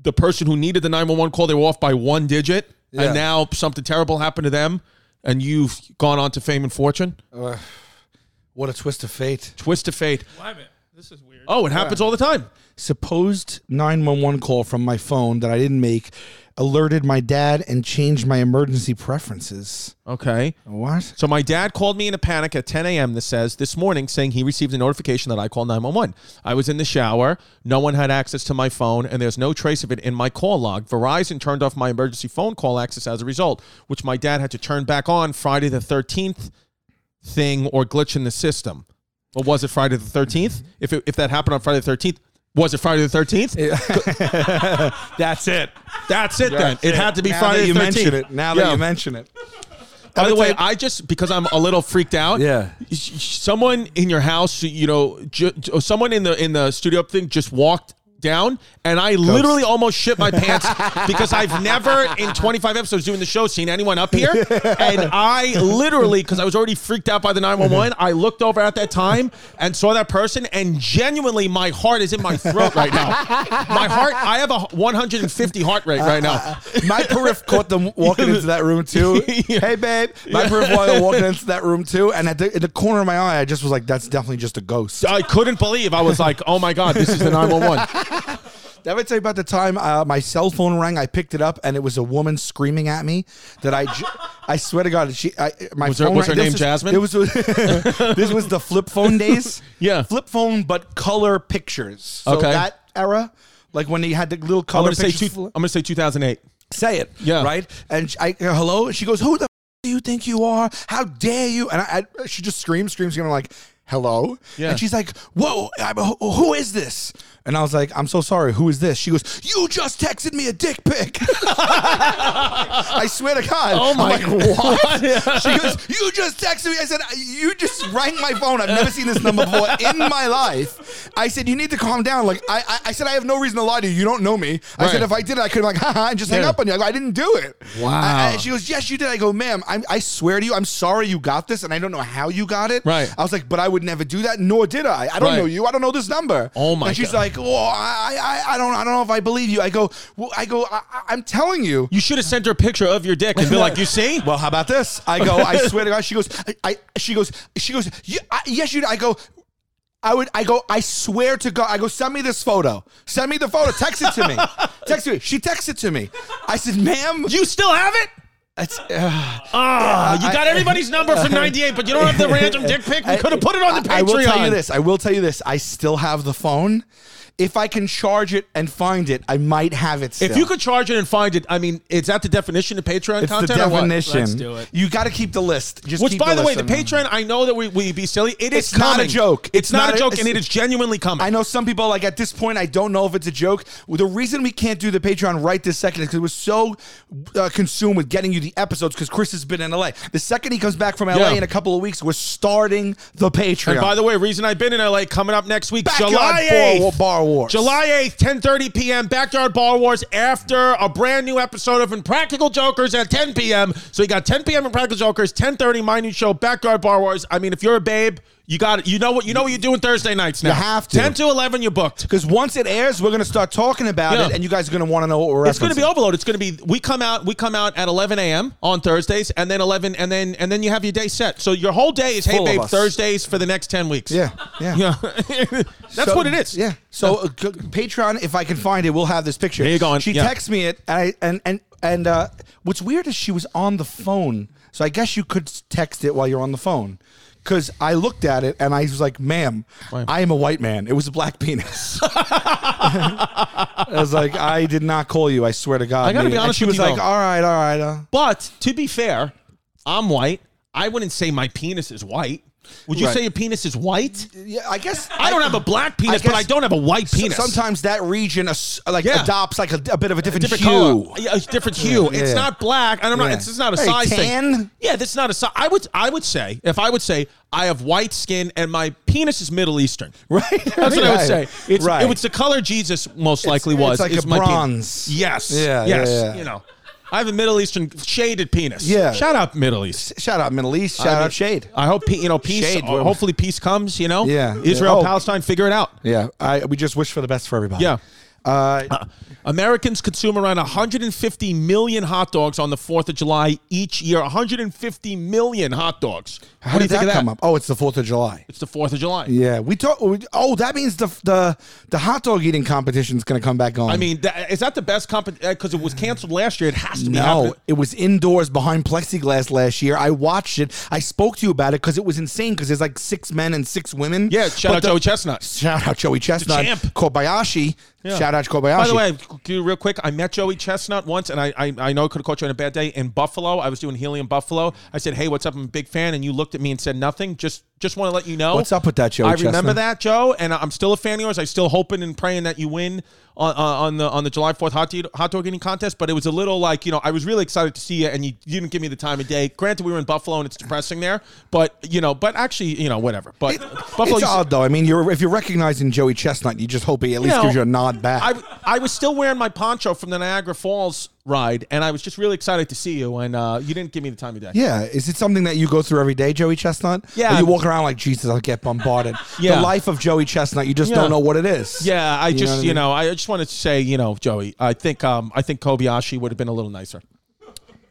B: the person who needed the 911 call, they were off by one digit,
C: Yeah.
B: and now something terrible happened to them, and you've gone on to fame and fortune.
C: what a twist of fate.
B: Twist of fate.
D: Why, man? This is weird.
B: Oh, it happens all the time.
C: supposed 911 call from my phone that I didn't make alerted my dad and changed my emergency preferences.
B: Okay.
C: What?
B: So my dad called me in a panic at 10 a.m. This says this morning, saying he received a notification that I called 911. I was in the shower. No one had access to my phone, and there's no trace of it in my call log. Verizon turned off my emergency phone call access as a result, which my dad had to turn back on Friday the 13th. Thing or glitch in the system, or was it Friday the 13th? If it, if that happened on Friday the 13th, was it Friday the 13th?
C: That's it.
B: That's it then. It had to be
C: Now
B: Friday
C: that you
B: the 13th.
C: mention it. Now that
B: Yeah.
C: you mention it.
B: By the way,
C: That's it.
B: I just because I'm a little freaked out.
C: Yeah.
B: s- Someone in your house, you know, ju- ju- someone in the in the studio thing just walked down, and I literally almost shit my pants because I've never in 25 episodes doing the show seen anyone up here, and I literally because I was already freaked out by the 911. I looked over at that time and saw that person, and genuinely, my heart is in my throat right now. My heart, I have a 150 heart rate right now.
C: My periph caught them walking into that room too.
B: Yeah.
C: Hey, babe. My periph caught them walking into that room too. And at the, in the corner of my eye, I just was like, that's definitely just a ghost.
B: I couldn't believe I was like, oh my god, this is the 911.
C: Did I ever tell you about the time uh, my cell phone rang? I picked it up and it was a woman screaming at me that I, ju- I swear to God, she. I, my
B: Was her-
C: phone
B: was
C: rang-
B: her
C: this
B: name
C: is-
B: Jasmine?
C: It was. this was the flip phone days.
B: Yeah.
C: flip phone, but color pictures. So
B: Okay.
C: that era. Like when they had the little
B: I'm
C: color
B: gonna say
C: pictures.
B: two, I'm gonna say 2008.
C: say it.
B: Yeah.
C: Right? And sh- I go, hello? And she goes, who the f- do you think you are? How dare you? And I, I she just screams, screams, and I'm like, hello?
B: Yeah.
C: And she's like, whoa, I'm, who- who is this? And I was like, I'm so sorry, who is this? She goes, you just texted me a dick pic. I swear to God.
B: Oh
C: I'm
B: my
C: like, what? she goes, you just texted me. I said, you just rang my phone. I've never seen this number before in my life. I said, you need to calm down. Like, I, I, I said, I have no reason to lie to you. You don't know me. I
B: Right.
C: said, if I did, I could have like, haha, and just hang
B: Yeah.
C: up on you. I, go, I didn't do it.
B: Wow.
C: I- I- she goes, yes, you did. I go, ma'am, I'm, I swear to you, I'm sorry you got this, and I don't know how you got it.
B: Right.
C: I was like, but I would never do that, nor did I. I don't
B: Right.
C: know you. I don't know this number.
B: Oh, my
C: And she's
B: God.
C: like, oh, I, I, I don't, I don't know if I believe you. I go, well, I go, I, I- I'm telling you.
B: You should have sent her a picture of your dick and be like, "You see?
C: Well, how about this? I go. I swear to God. She goes. I. I she goes. She goes. "Ye- I- yes, you. I go. I would. I go. I swear to God. I go. Send me this photo. Send me the photo. Text it to me. Text it. She texted to me. I said, ma'am.
B: you still have it?
C: It's, uh,
B: Ah, you
C: I-
B: got everybody's number from '98, but you don't have the random dick pic. We
C: I-
B: could have put it on the Patreon."
C: I, I will tell you this. I will tell you this. I still have the phone. If I can charge it and find it, I might have it. Still.
B: If you could charge it and find it, I mean, is that the definition of Patreon
C: it's the
B: content? or what?
C: definition.
D: Let's do it.
C: You got to keep the list. Just
B: Which,
C: keep
B: by the, way, the
C: list in mind.
B: Patreon, I know that we, we be silly. It is
C: It's not a
B: coming.
C: joke.
B: It's,
C: It's
B: not,
C: not
B: a
C: a-
B: joke, and
C: it's-
B: it is genuinely coming.
C: I know some people like at this point. I don't know if it's a joke. Well, the reason we can't do the Patreon right this second is because we're so uh, consumed with getting you the episodes. Because Chris has been in LA. The second he comes back from LA
B: Yeah.
C: in a couple of weeks, we're starting the Patreon.
B: And by the way, reason I've been in LA coming up next week,
C: Backyard
B: July
C: Bar-
B: 8th.
C: Bar Wars.
B: July 8th, 10.30 p.m., Backyard Bar Wars after a brand new episode of Impractical Jokers at 10 p.m. So you got 10 p.m. Impractical Jokers, 10.30 My New Show, Backyard Bar Wars. I mean, if you're a babe, you got it. You know what you know what you're doing Thursday nights now.
C: You have to.
B: 10 to 11, you're booked.
C: because once it airs, we're going to start talking about
B: Yeah.
C: it, and you guys are going to want to know what we're.
B: It's going to be
C: referencing.
B: overload. It's going to be we come out we come out at 11 a.m. on Thursdays, and then 11, and then and then you have your day set. So your whole day is Hey
C: Full of
B: Babe
C: us.
B: Thursdays for the next 10 weeks.
C: Yeah, yeah,
B: yeah. That's
C: So-
B: what it is.
C: Yeah. So uh, g- Patreon, if I can find it, we'll have this picture.
B: There you go, and-
C: She
B: yeah.
C: texts me it, and I, and and and uh, what's weird is she was on the phone, so I guess you could s- text it while you're on the phone. Because I looked at it and I was like, "Ma'am, I am a white man." It was a black penis. I was like, "I did not call you. I swear to God."
B: I gotta
C: ma'am."
B: be
C: And
B: honest
C: she
B: with
C: was
B: you,
C: like,
B: though.
C: "All right, all right." Uh.
B: But to be fair, I'm white. I wouldn't say my penis is white. Would you
C: Right.
B: say your penis is white?
C: Yeah, I guess
B: I don't have a black penis, but
C: guess-
B: I don't have a white penis.
C: Sometimes that region as- like
B: Yeah.
C: adopts like a, a bit of a different,
B: different
C: hue.
B: color, Yeah, a different hue.
C: Yeah.
B: It's not black, and I'm not.
C: Yeah.
B: It's, it's not a
C: Hey,
B: size thing.
C: tan?
B: Yeah, this is not a size. I would, I would say, if I would say, I have white skin and my penis is Middle Eastern.
C: Right.
B: That's what I would say.
C: Right.
B: It's,
C: Right.
B: It was the color Jesus most likely
C: it's
B: was.
C: like
B: is
C: a
B: my penis.
C: bronze.
B: Yes.
C: Yeah,
B: Yes.
C: yeah, yeah.
B: You know, I have a Middle Eastern shaded penis.
C: Yeah.
B: Shout out Middle East.
C: Shout out Middle East. Shout
B: I mean,
C: out Shade.
B: I hope pe- you know peace.
C: Shade,
B: uh,
C: whoa.
B: hopefully peace comes. You know.
C: Yeah.
B: Israel,
C: Yeah. Oh.
B: Palestine, figure it out.
C: Yeah, I we just wish for the best for everybody.
B: Yeah.
C: Uh,
B: Americans consume around 150 million hot dogs on the 4th of July each year. 150 million hot dogs.
C: how
B: what do you
C: did
B: think
C: that,
B: of that?
C: come up? Oh, it's the Fourth of July.
B: It's the 4th of July.
C: Yeah, we talk. we- Oh, that means the the the hot dog eating competition's going to come back on.
B: I mean, that, is that the best competition? Because it was canceled last year. It has to be
C: No,
B: happening.
C: it was indoors behind plexiglass last year. I watched it. I spoke to you about it because it was insane. Because there's like six men and six women.
B: Yeah, shout
C: But
B: out
C: the-
B: Joey Chestnut.
C: Shout out Joey Chestnut.
B: champ.
C: Kobayashi. Shout out Kobayashi.
B: By the way, do real quick. I met Joey Chestnut once, and I I, I know I could have caught you on a bad day in Buffalo. I was doing Helium Buffalo. I said, "Hey, what's up? I'm a big fan," and you looked at me and said nothing. Just just want to let you know
C: What's up with that, Joey
B: I remember
C: Chestnut?
B: that, Joe, and I'm still a fan of yours. I'm still hoping and praying that you win on uh, on the on the July 4th hot, dog- hot dog eating contest. But it was a little like you know I was really excited to see you, and you, you didn't give me the time of day. Granted, we were in Buffalo, and it's depressing there, but you know, but actually, you know, whatever. But Buffalo,
C: it's
B: you-
C: odd though. I mean, you're if you're recognizing Joey Chestnut, you just hope he at least
B: know,
C: gives you a nod back.
B: I, I was still wearing my poncho from the Niagara Falls ride, and I was just really excited to see you. And uh, you didn't give me the time of day.
C: Yeah, is it something that you go through every day, Joey Chestnut?
B: Yeah.
C: Or you walk around like Jesus, I'll get bombarded.
B: Yeah.
C: the life of Joey Chestnut, you just
B: Yeah.
C: don't know what it is.
B: Yeah, I
C: You know
B: just
C: what I
B: you
C: mean?
B: know I just wanted to say you know Joey, I think um I think Kobayashi would have been a little nicer.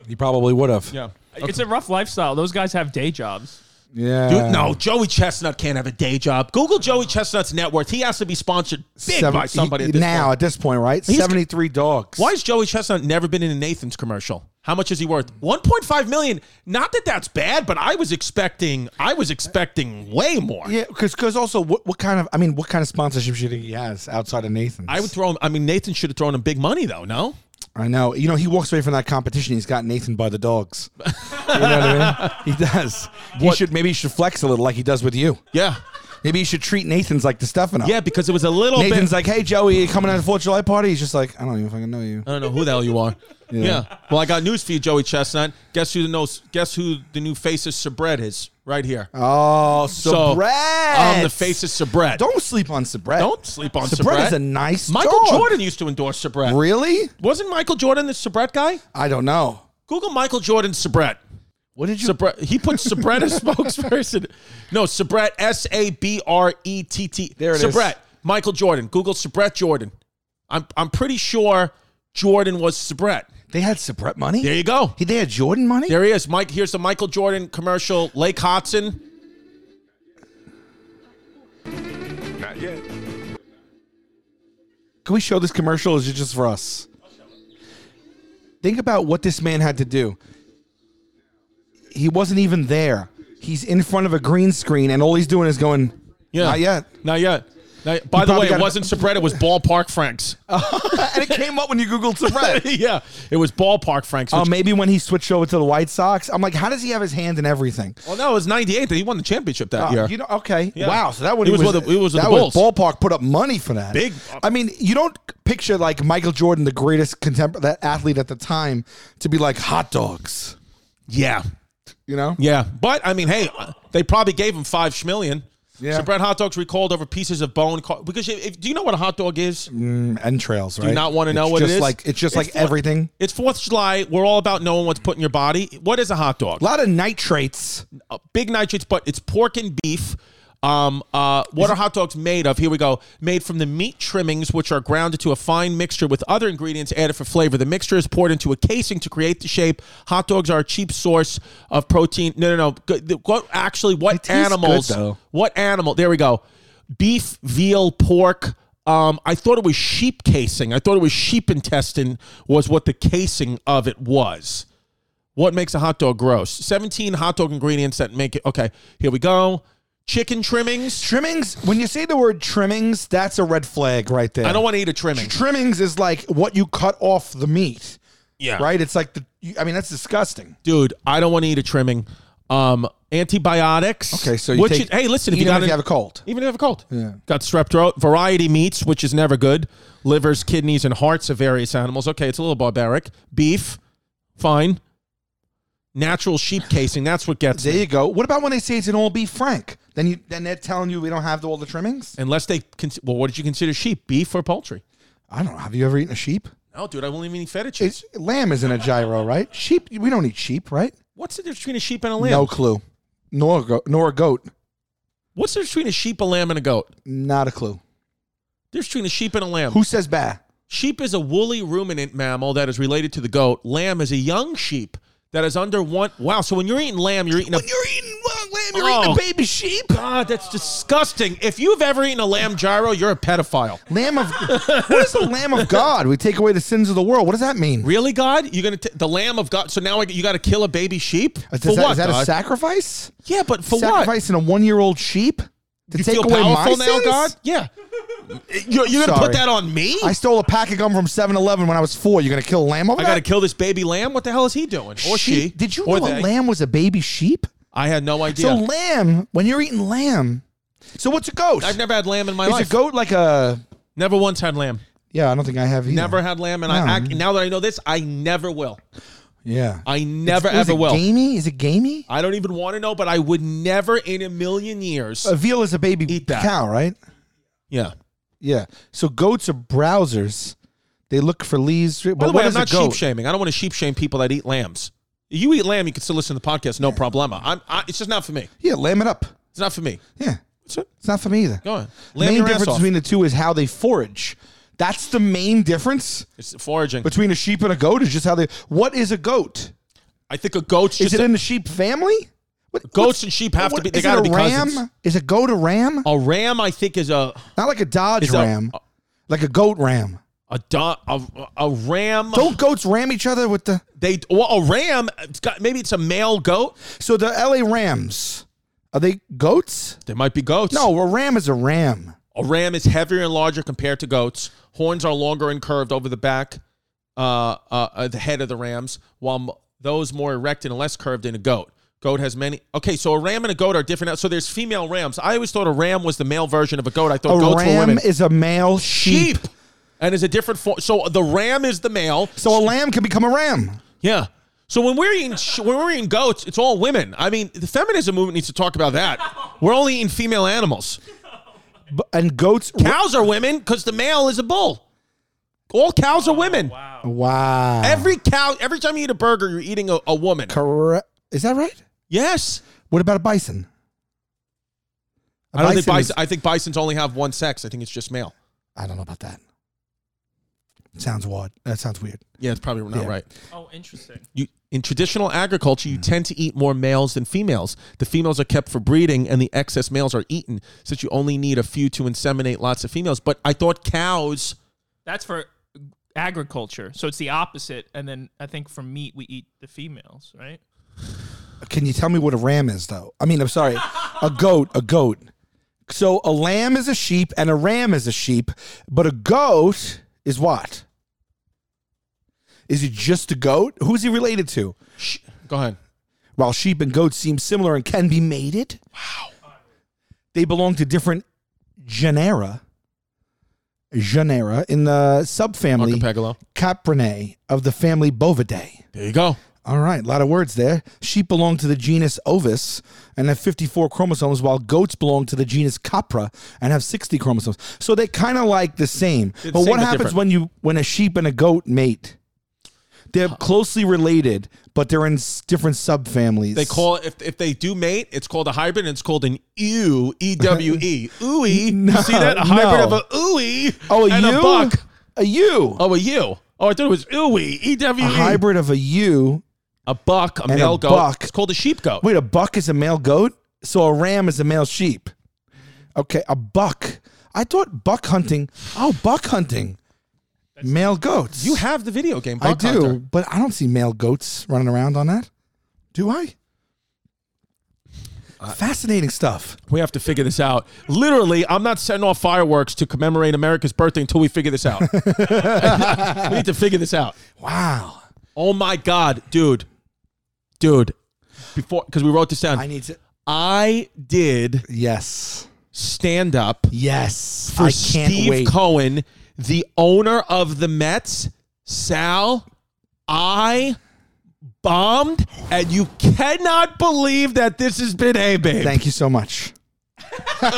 C: you probably would have.
B: Yeah.
D: It's a rough lifestyle. Those guys have day jobs.
C: yeah.
B: Dude, no, Joey Chestnut can't have a day job. Google Joey Chestnut's net worth. He has to be sponsored big
C: Seven-
B: by somebody
C: he-
B: at this
C: now
B: point.
C: at this point, right? Seventy three dogs.
B: Why has Joey Chestnut never been in a Nathan's commercial? How much is he worth? 1.5 million. Not that that's bad, but I was expecting I was expecting way more.
C: Yeah, because also what, what kind of I mean what kind of sponsorship do you think he has outside of Nathan?
B: I would throw him. I mean, Nathan should have thrown him big money though. No,
C: I know. You know, he walks away from that competition. He's got Nathan by the dogs. You know what I mean? He does. He should maybe he should flex a little like he does with you.
B: Yeah.
C: Maybe he should treat Nathan's like the Stefano.
B: Yeah, because it was a little
C: Nathan's
B: bit.
C: like, hey Joey, you coming out of the Fourth of July party? He's just like, I don't even fucking know you.
B: I don't know who the hell you are. Yeah. Well, I got news for you, Joey Chestnut. Guess who the knows, Guess who the new face of Sabret is right here.
C: Oh, Sabret.
B: I'm um, the face of Sabret.
C: Don't sleep on Sabret.
B: Don't sleep on Sabret.
C: Sabret is a nice
B: Michael
C: dog.
B: Jordan used to endorse Sabret.
C: Really?
B: Wasn't Michael Jordan the Sabret guy?
C: I don't know.
B: Google Michael Jordan Sabret.
C: What did you?
B: Sabret. He put Sabret as spokesperson. No, Sabret. S A B R E T T.
C: There it is.
B: Sabret. Michael Jordan. Google Sabret Jordan. I'm I'm pretty sure Jordan was Sabret.
C: they had Sabret money.
B: There you go.
C: He- they had Jordan money.
B: There he is. Mike. Here's the Michael Jordan commercial. Lake Hudson.
E: Not yet.
C: Can we show this commercial? Or is it just for us? Think about what this man had to do. He wasn't even there. He's in front of a green screen, and all he's doing is going,
B: Yeah.
C: "Not yet."
B: Not yet. Not yet. By the
C: probably Oh.
B: way, it
C: got a-
B: wasn't Sabret. It was Ballpark Franks.
C: and it came up when you googled Sabret.
B: yeah. It was Ballpark Franks.
C: Oh,
B: which-
C: maybe when he switched over to the White Sox, I'm like, how does he have his hand in everything?
B: well, Oh, no, it was '98 that he won the championship that
C: Uh,
B: year.
C: You know, okay.
B: Yeah.
C: Wow. So that would
B: It was with the- it was with
C: that
B: the
C: was
B: Bulls.
C: ballpark put up money for that.
B: Big-
C: I mean, you don't picture like Michael Jordan, the greatest contemporary that athlete at the time, to be like hot dogs.
B: yeah.
C: You know.
B: Yeah, but I mean, hey, uh, they probably gave him five schmillion.
C: Yeah.
B: So Brett hot dogs recalled over pieces of bone. ca- Because if, if- do you know what a hot dog is?
C: entrails, right?
B: not wanna
C: It's
B: know what it
C: just
B: is?
C: Like it's just
B: It's
C: like
B: what-
C: everything.
B: It's Fourth of July. We're all about knowing what's put in your body. What is a hot dog?
C: A lot of nitrates.
B: Uh, big nitrates, but it's pork and beef. Um, uh, what are hot dogs made of? Here we go. Made from the meat trimmings, which are grounded to a fine mixture with other ingredients added for flavor. The mixture is poured into a casing to create the shape. Hot dogs are a cheap source of protein. No, no, no. Good- the- What actually?
C: It
B: What
C: tastes good,
B: animals?
C: though.
B: What animal? There we go. Beef, veal, pork. Um, I thought it was sheep casing. I thought it was sheep intestine was what the casing of it was. What makes a hot dog gross? 17 hot dog ingredients that make it. Okay, here we go. Chicken trimmings.
C: Trimmings. When you say the word trimmings, that's a red flag right there.
B: I don't want to eat a trimming.
C: Trimmings is like what you cut off the meat,
B: Yeah.
C: right? It's like the. you- I mean, that's disgusting.
B: Dude, I don't want to eat a trimming. Um, antibiotics.
C: Okay, so you
B: which
C: take-
B: is- hey, listen, if
C: eat
B: you,
C: them
B: got
C: if
B: an-
C: you have a cold.
B: even if you have a cold,
C: Yeah.
B: got strep throat. Variety meats, which is never good. Livers, kidneys, and hearts of various animals. Okay, it's a little barbaric. Beef, fine. Natural sheep casing. That's what gets
C: There
B: me.
C: you go. What about when they say it's an all beef frank? Then you then they're telling you we don't have all the trimmings.
B: Unless they, con- well, what did you consider sheep? Beef or poultry?
C: I don't know. Have you ever eaten a sheep?
B: No, dude, I won't even eat feta cheese.
C: It's, lamb isn't a gyro, right? Sheep. We don't eat sheep, right?
B: What's the difference between a sheep and a lamb?
C: No clue. Nor a go- nor a goat.
B: What's the difference between a sheep, a lamb, and a goat?
C: Not a clue.
B: There's between a sheep and a lamb.
C: Who says bah?
B: Sheep is a woolly ruminant mammal that is related to the goat. Lamb is a young sheep that is under one. Wow, so when you're eating lamb, you're eating a.
C: You're eating well, lamb.
B: you're eating a
C: baby sheep.
B: God, that's disgusting. If you've ever eaten a lamb gyro, you're a pedophile.
C: Lamb of what is the Lamb of God? We take away the sins of the world. What does that mean?
B: Really, God? You're gonna t- the lamb of God? So now I- you got to kill a baby sheep
C: Is
B: for
C: Uh, that,
B: what?
C: is that a
B: God?
C: sacrifice?
B: yeah, but for what?
C: Sacrificing a one-year-old sheep to
B: You
C: take
B: feel
C: away my
B: powerful now,
C: sins?
B: God? Yeah. You're, you're gonna
C: Sorry.
B: put that on me?
C: I stole a pack of gum from 7-Eleven when I was four. You're gonna kill a lamb over
B: I
C: that?
B: got to kill this baby lamb. What the hell is he doing? Or she?
C: Did you
B: or
C: know a
B: they.
C: lamb was a baby sheep?
B: I had no idea.
C: So lamb, when you're eating lamb, so what's a goat?
B: I've never had lamb in my
C: is
B: life.
C: a goat like a?
B: never once had lamb.
C: Yeah, I don't think I have either.
B: Never had lamb, and
C: No.
B: I act, now that I know this, I never will.
C: Yeah,
B: I never
C: Is
B: ever
C: it
B: will.
C: Gamey? Is it gamey?
B: I don't even want to know, but I would never in a million years.
C: A veal is a baby
B: Eat that.
C: cow, right?
B: yeah.
C: Yeah. So goats are browsers. They look for leaves. But
B: By the
C: what
B: way, I'm
C: is a
B: not
C: goat?
B: sheep shaming. I don't want to sheep shame people that eat lambs. You eat lamb, you can still listen to the podcast, no problema. I'm, I, it's just not for me.
C: Yeah, lamb it up.
B: It's not for me.
C: Yeah.
B: So,
C: It's not for me either.
B: go on.
C: The
B: Lamb
C: main
B: your ass
C: difference
B: off.
C: between the two is how they forage. That's the main difference
B: it's foraging.
C: between a sheep and a goat is just how they. What is a goat?
B: I think a goat's
C: Is
B: just
C: it
B: a,
C: in the sheep family? What,
B: goats
C: what's-
B: and sheep have to
C: what-
B: be. They
C: is it
B: got to
C: a
B: be
C: ram?
B: cousins.
C: Is a goat a ram?
B: A ram, I think, is a
C: Not like a Dodge
B: is a- uh,
C: ram, like a goat ram.
B: a do- a, a ram.
C: Don't goats ram each other with the?
B: They well, a ram. It's got maybe it's a male goat.
C: So the L.A. Rams are they goats?
B: There might be goats.
C: No, a ram is a ram.
B: a ram is heavier and larger compared to goats. Horns are longer and curved over the back. uh, uh, uh, the head of the rams, while m- those more erect and less curved in a goat. Goat has many. Okay, so a ram and a goat are different. So there's female rams. I always thought a ram was the male version of a goat. I thought
C: A
B: goats were
C: ram
B: women.
C: is a male sheep.
B: sheep, and is a different form. So the ram is the male.
C: So a lamb can become a ram.
B: Yeah. So when we're eating sh- when we're eating goats, it's all women. I mean, the feminism movement needs to talk about that. We're only eating female animals.
C: B- And goats.
B: Cows are women because the male is a bull. All cows are women.
C: Wow.
B: Every cow, every time you eat a burger, you're eating a, a woman.
C: Correct. Is that right?
B: Yes.
C: What about a bison? I
B: I don't think bison.
C: Is,
B: I think bisons only have one sex. I think it's just male.
C: I don't know about that. Sounds odd. That sounds weird.
B: Yeah, it's probably not
C: Yeah.
B: right.
D: Oh, interesting.
B: you in traditional agriculture you tend to eat more males than females the females are kept for breeding and the excess males are eaten since you only need a few to inseminate lots of females but i thought cows
D: That's for agriculture. So it's the opposite. And then I think for meat, we eat the females, right?
C: Can you tell me what a ram is, though? I mean, I'm sorry, a goat, a goat. So a lamb is a sheep, and a ram is a sheep, but a goat is what? Is he just a goat? Who's he related to?
B: sh- go ahead
C: While sheep and goats seem similar and can be mated, wow, they belong to different genera. Genera in the subfamily
B: archipelago
C: Caprinae of the family Bovidae.
B: there you go
C: All right, a lot of words there. Sheep belong to the genus Ovis and have 54 chromosomes, while goats belong to the genus Capra and have 60 chromosomes. So they kind of like the same.
B: They're the
C: but
B: same
C: what
B: but
C: happens
B: different.
C: when you when a sheep and a goat mate? They're closely related, but they're in s- different subfamilies.
B: they call it if, if they do mate it's called a hybrid and it's called an ewe ewe E. ooey you see that a
C: No,
B: hybrid
C: no.
B: of a ooey
C: oh a
B: and
C: ewe?
B: a buck
C: A ewe.
B: oh a ewe oh i thought it was ooey ewe
C: a hybrid of a ewe.
B: a buck a
C: a
B: male goat
C: buck.
B: it's called a sheep goat
C: Wait, a buck is a male goat? So a ram is a male sheep. Okay, a buck. I thought buck hunting. Oh, buck hunting. male goats.
B: you have the video game
C: I
B: buck
C: do,
B: Hunter.
C: but I don't see male goats running around on that. Do I?
B: Uh,
C: Fascinating stuff.
B: We have to figure this out. Literally, I'm not setting off fireworks to commemorate America's birthday until we figure this out. we need to figure this out.
C: Wow.
B: Oh my God, dude. Dude. Before because we wrote this down.
C: I
B: I,
C: need to.
B: did
C: Yes.
B: stand up
C: Yes.
B: for
C: I can't
B: Steve
C: wait.
B: Cohen, the owner of the Mets, Sal. I bombed, and you cannot believe that this has been a babe.
C: Thank you so much.
A: Don't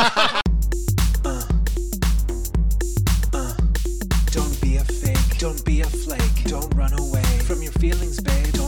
A: be a fake, don't be a flake, don't run away from your feelings, babe.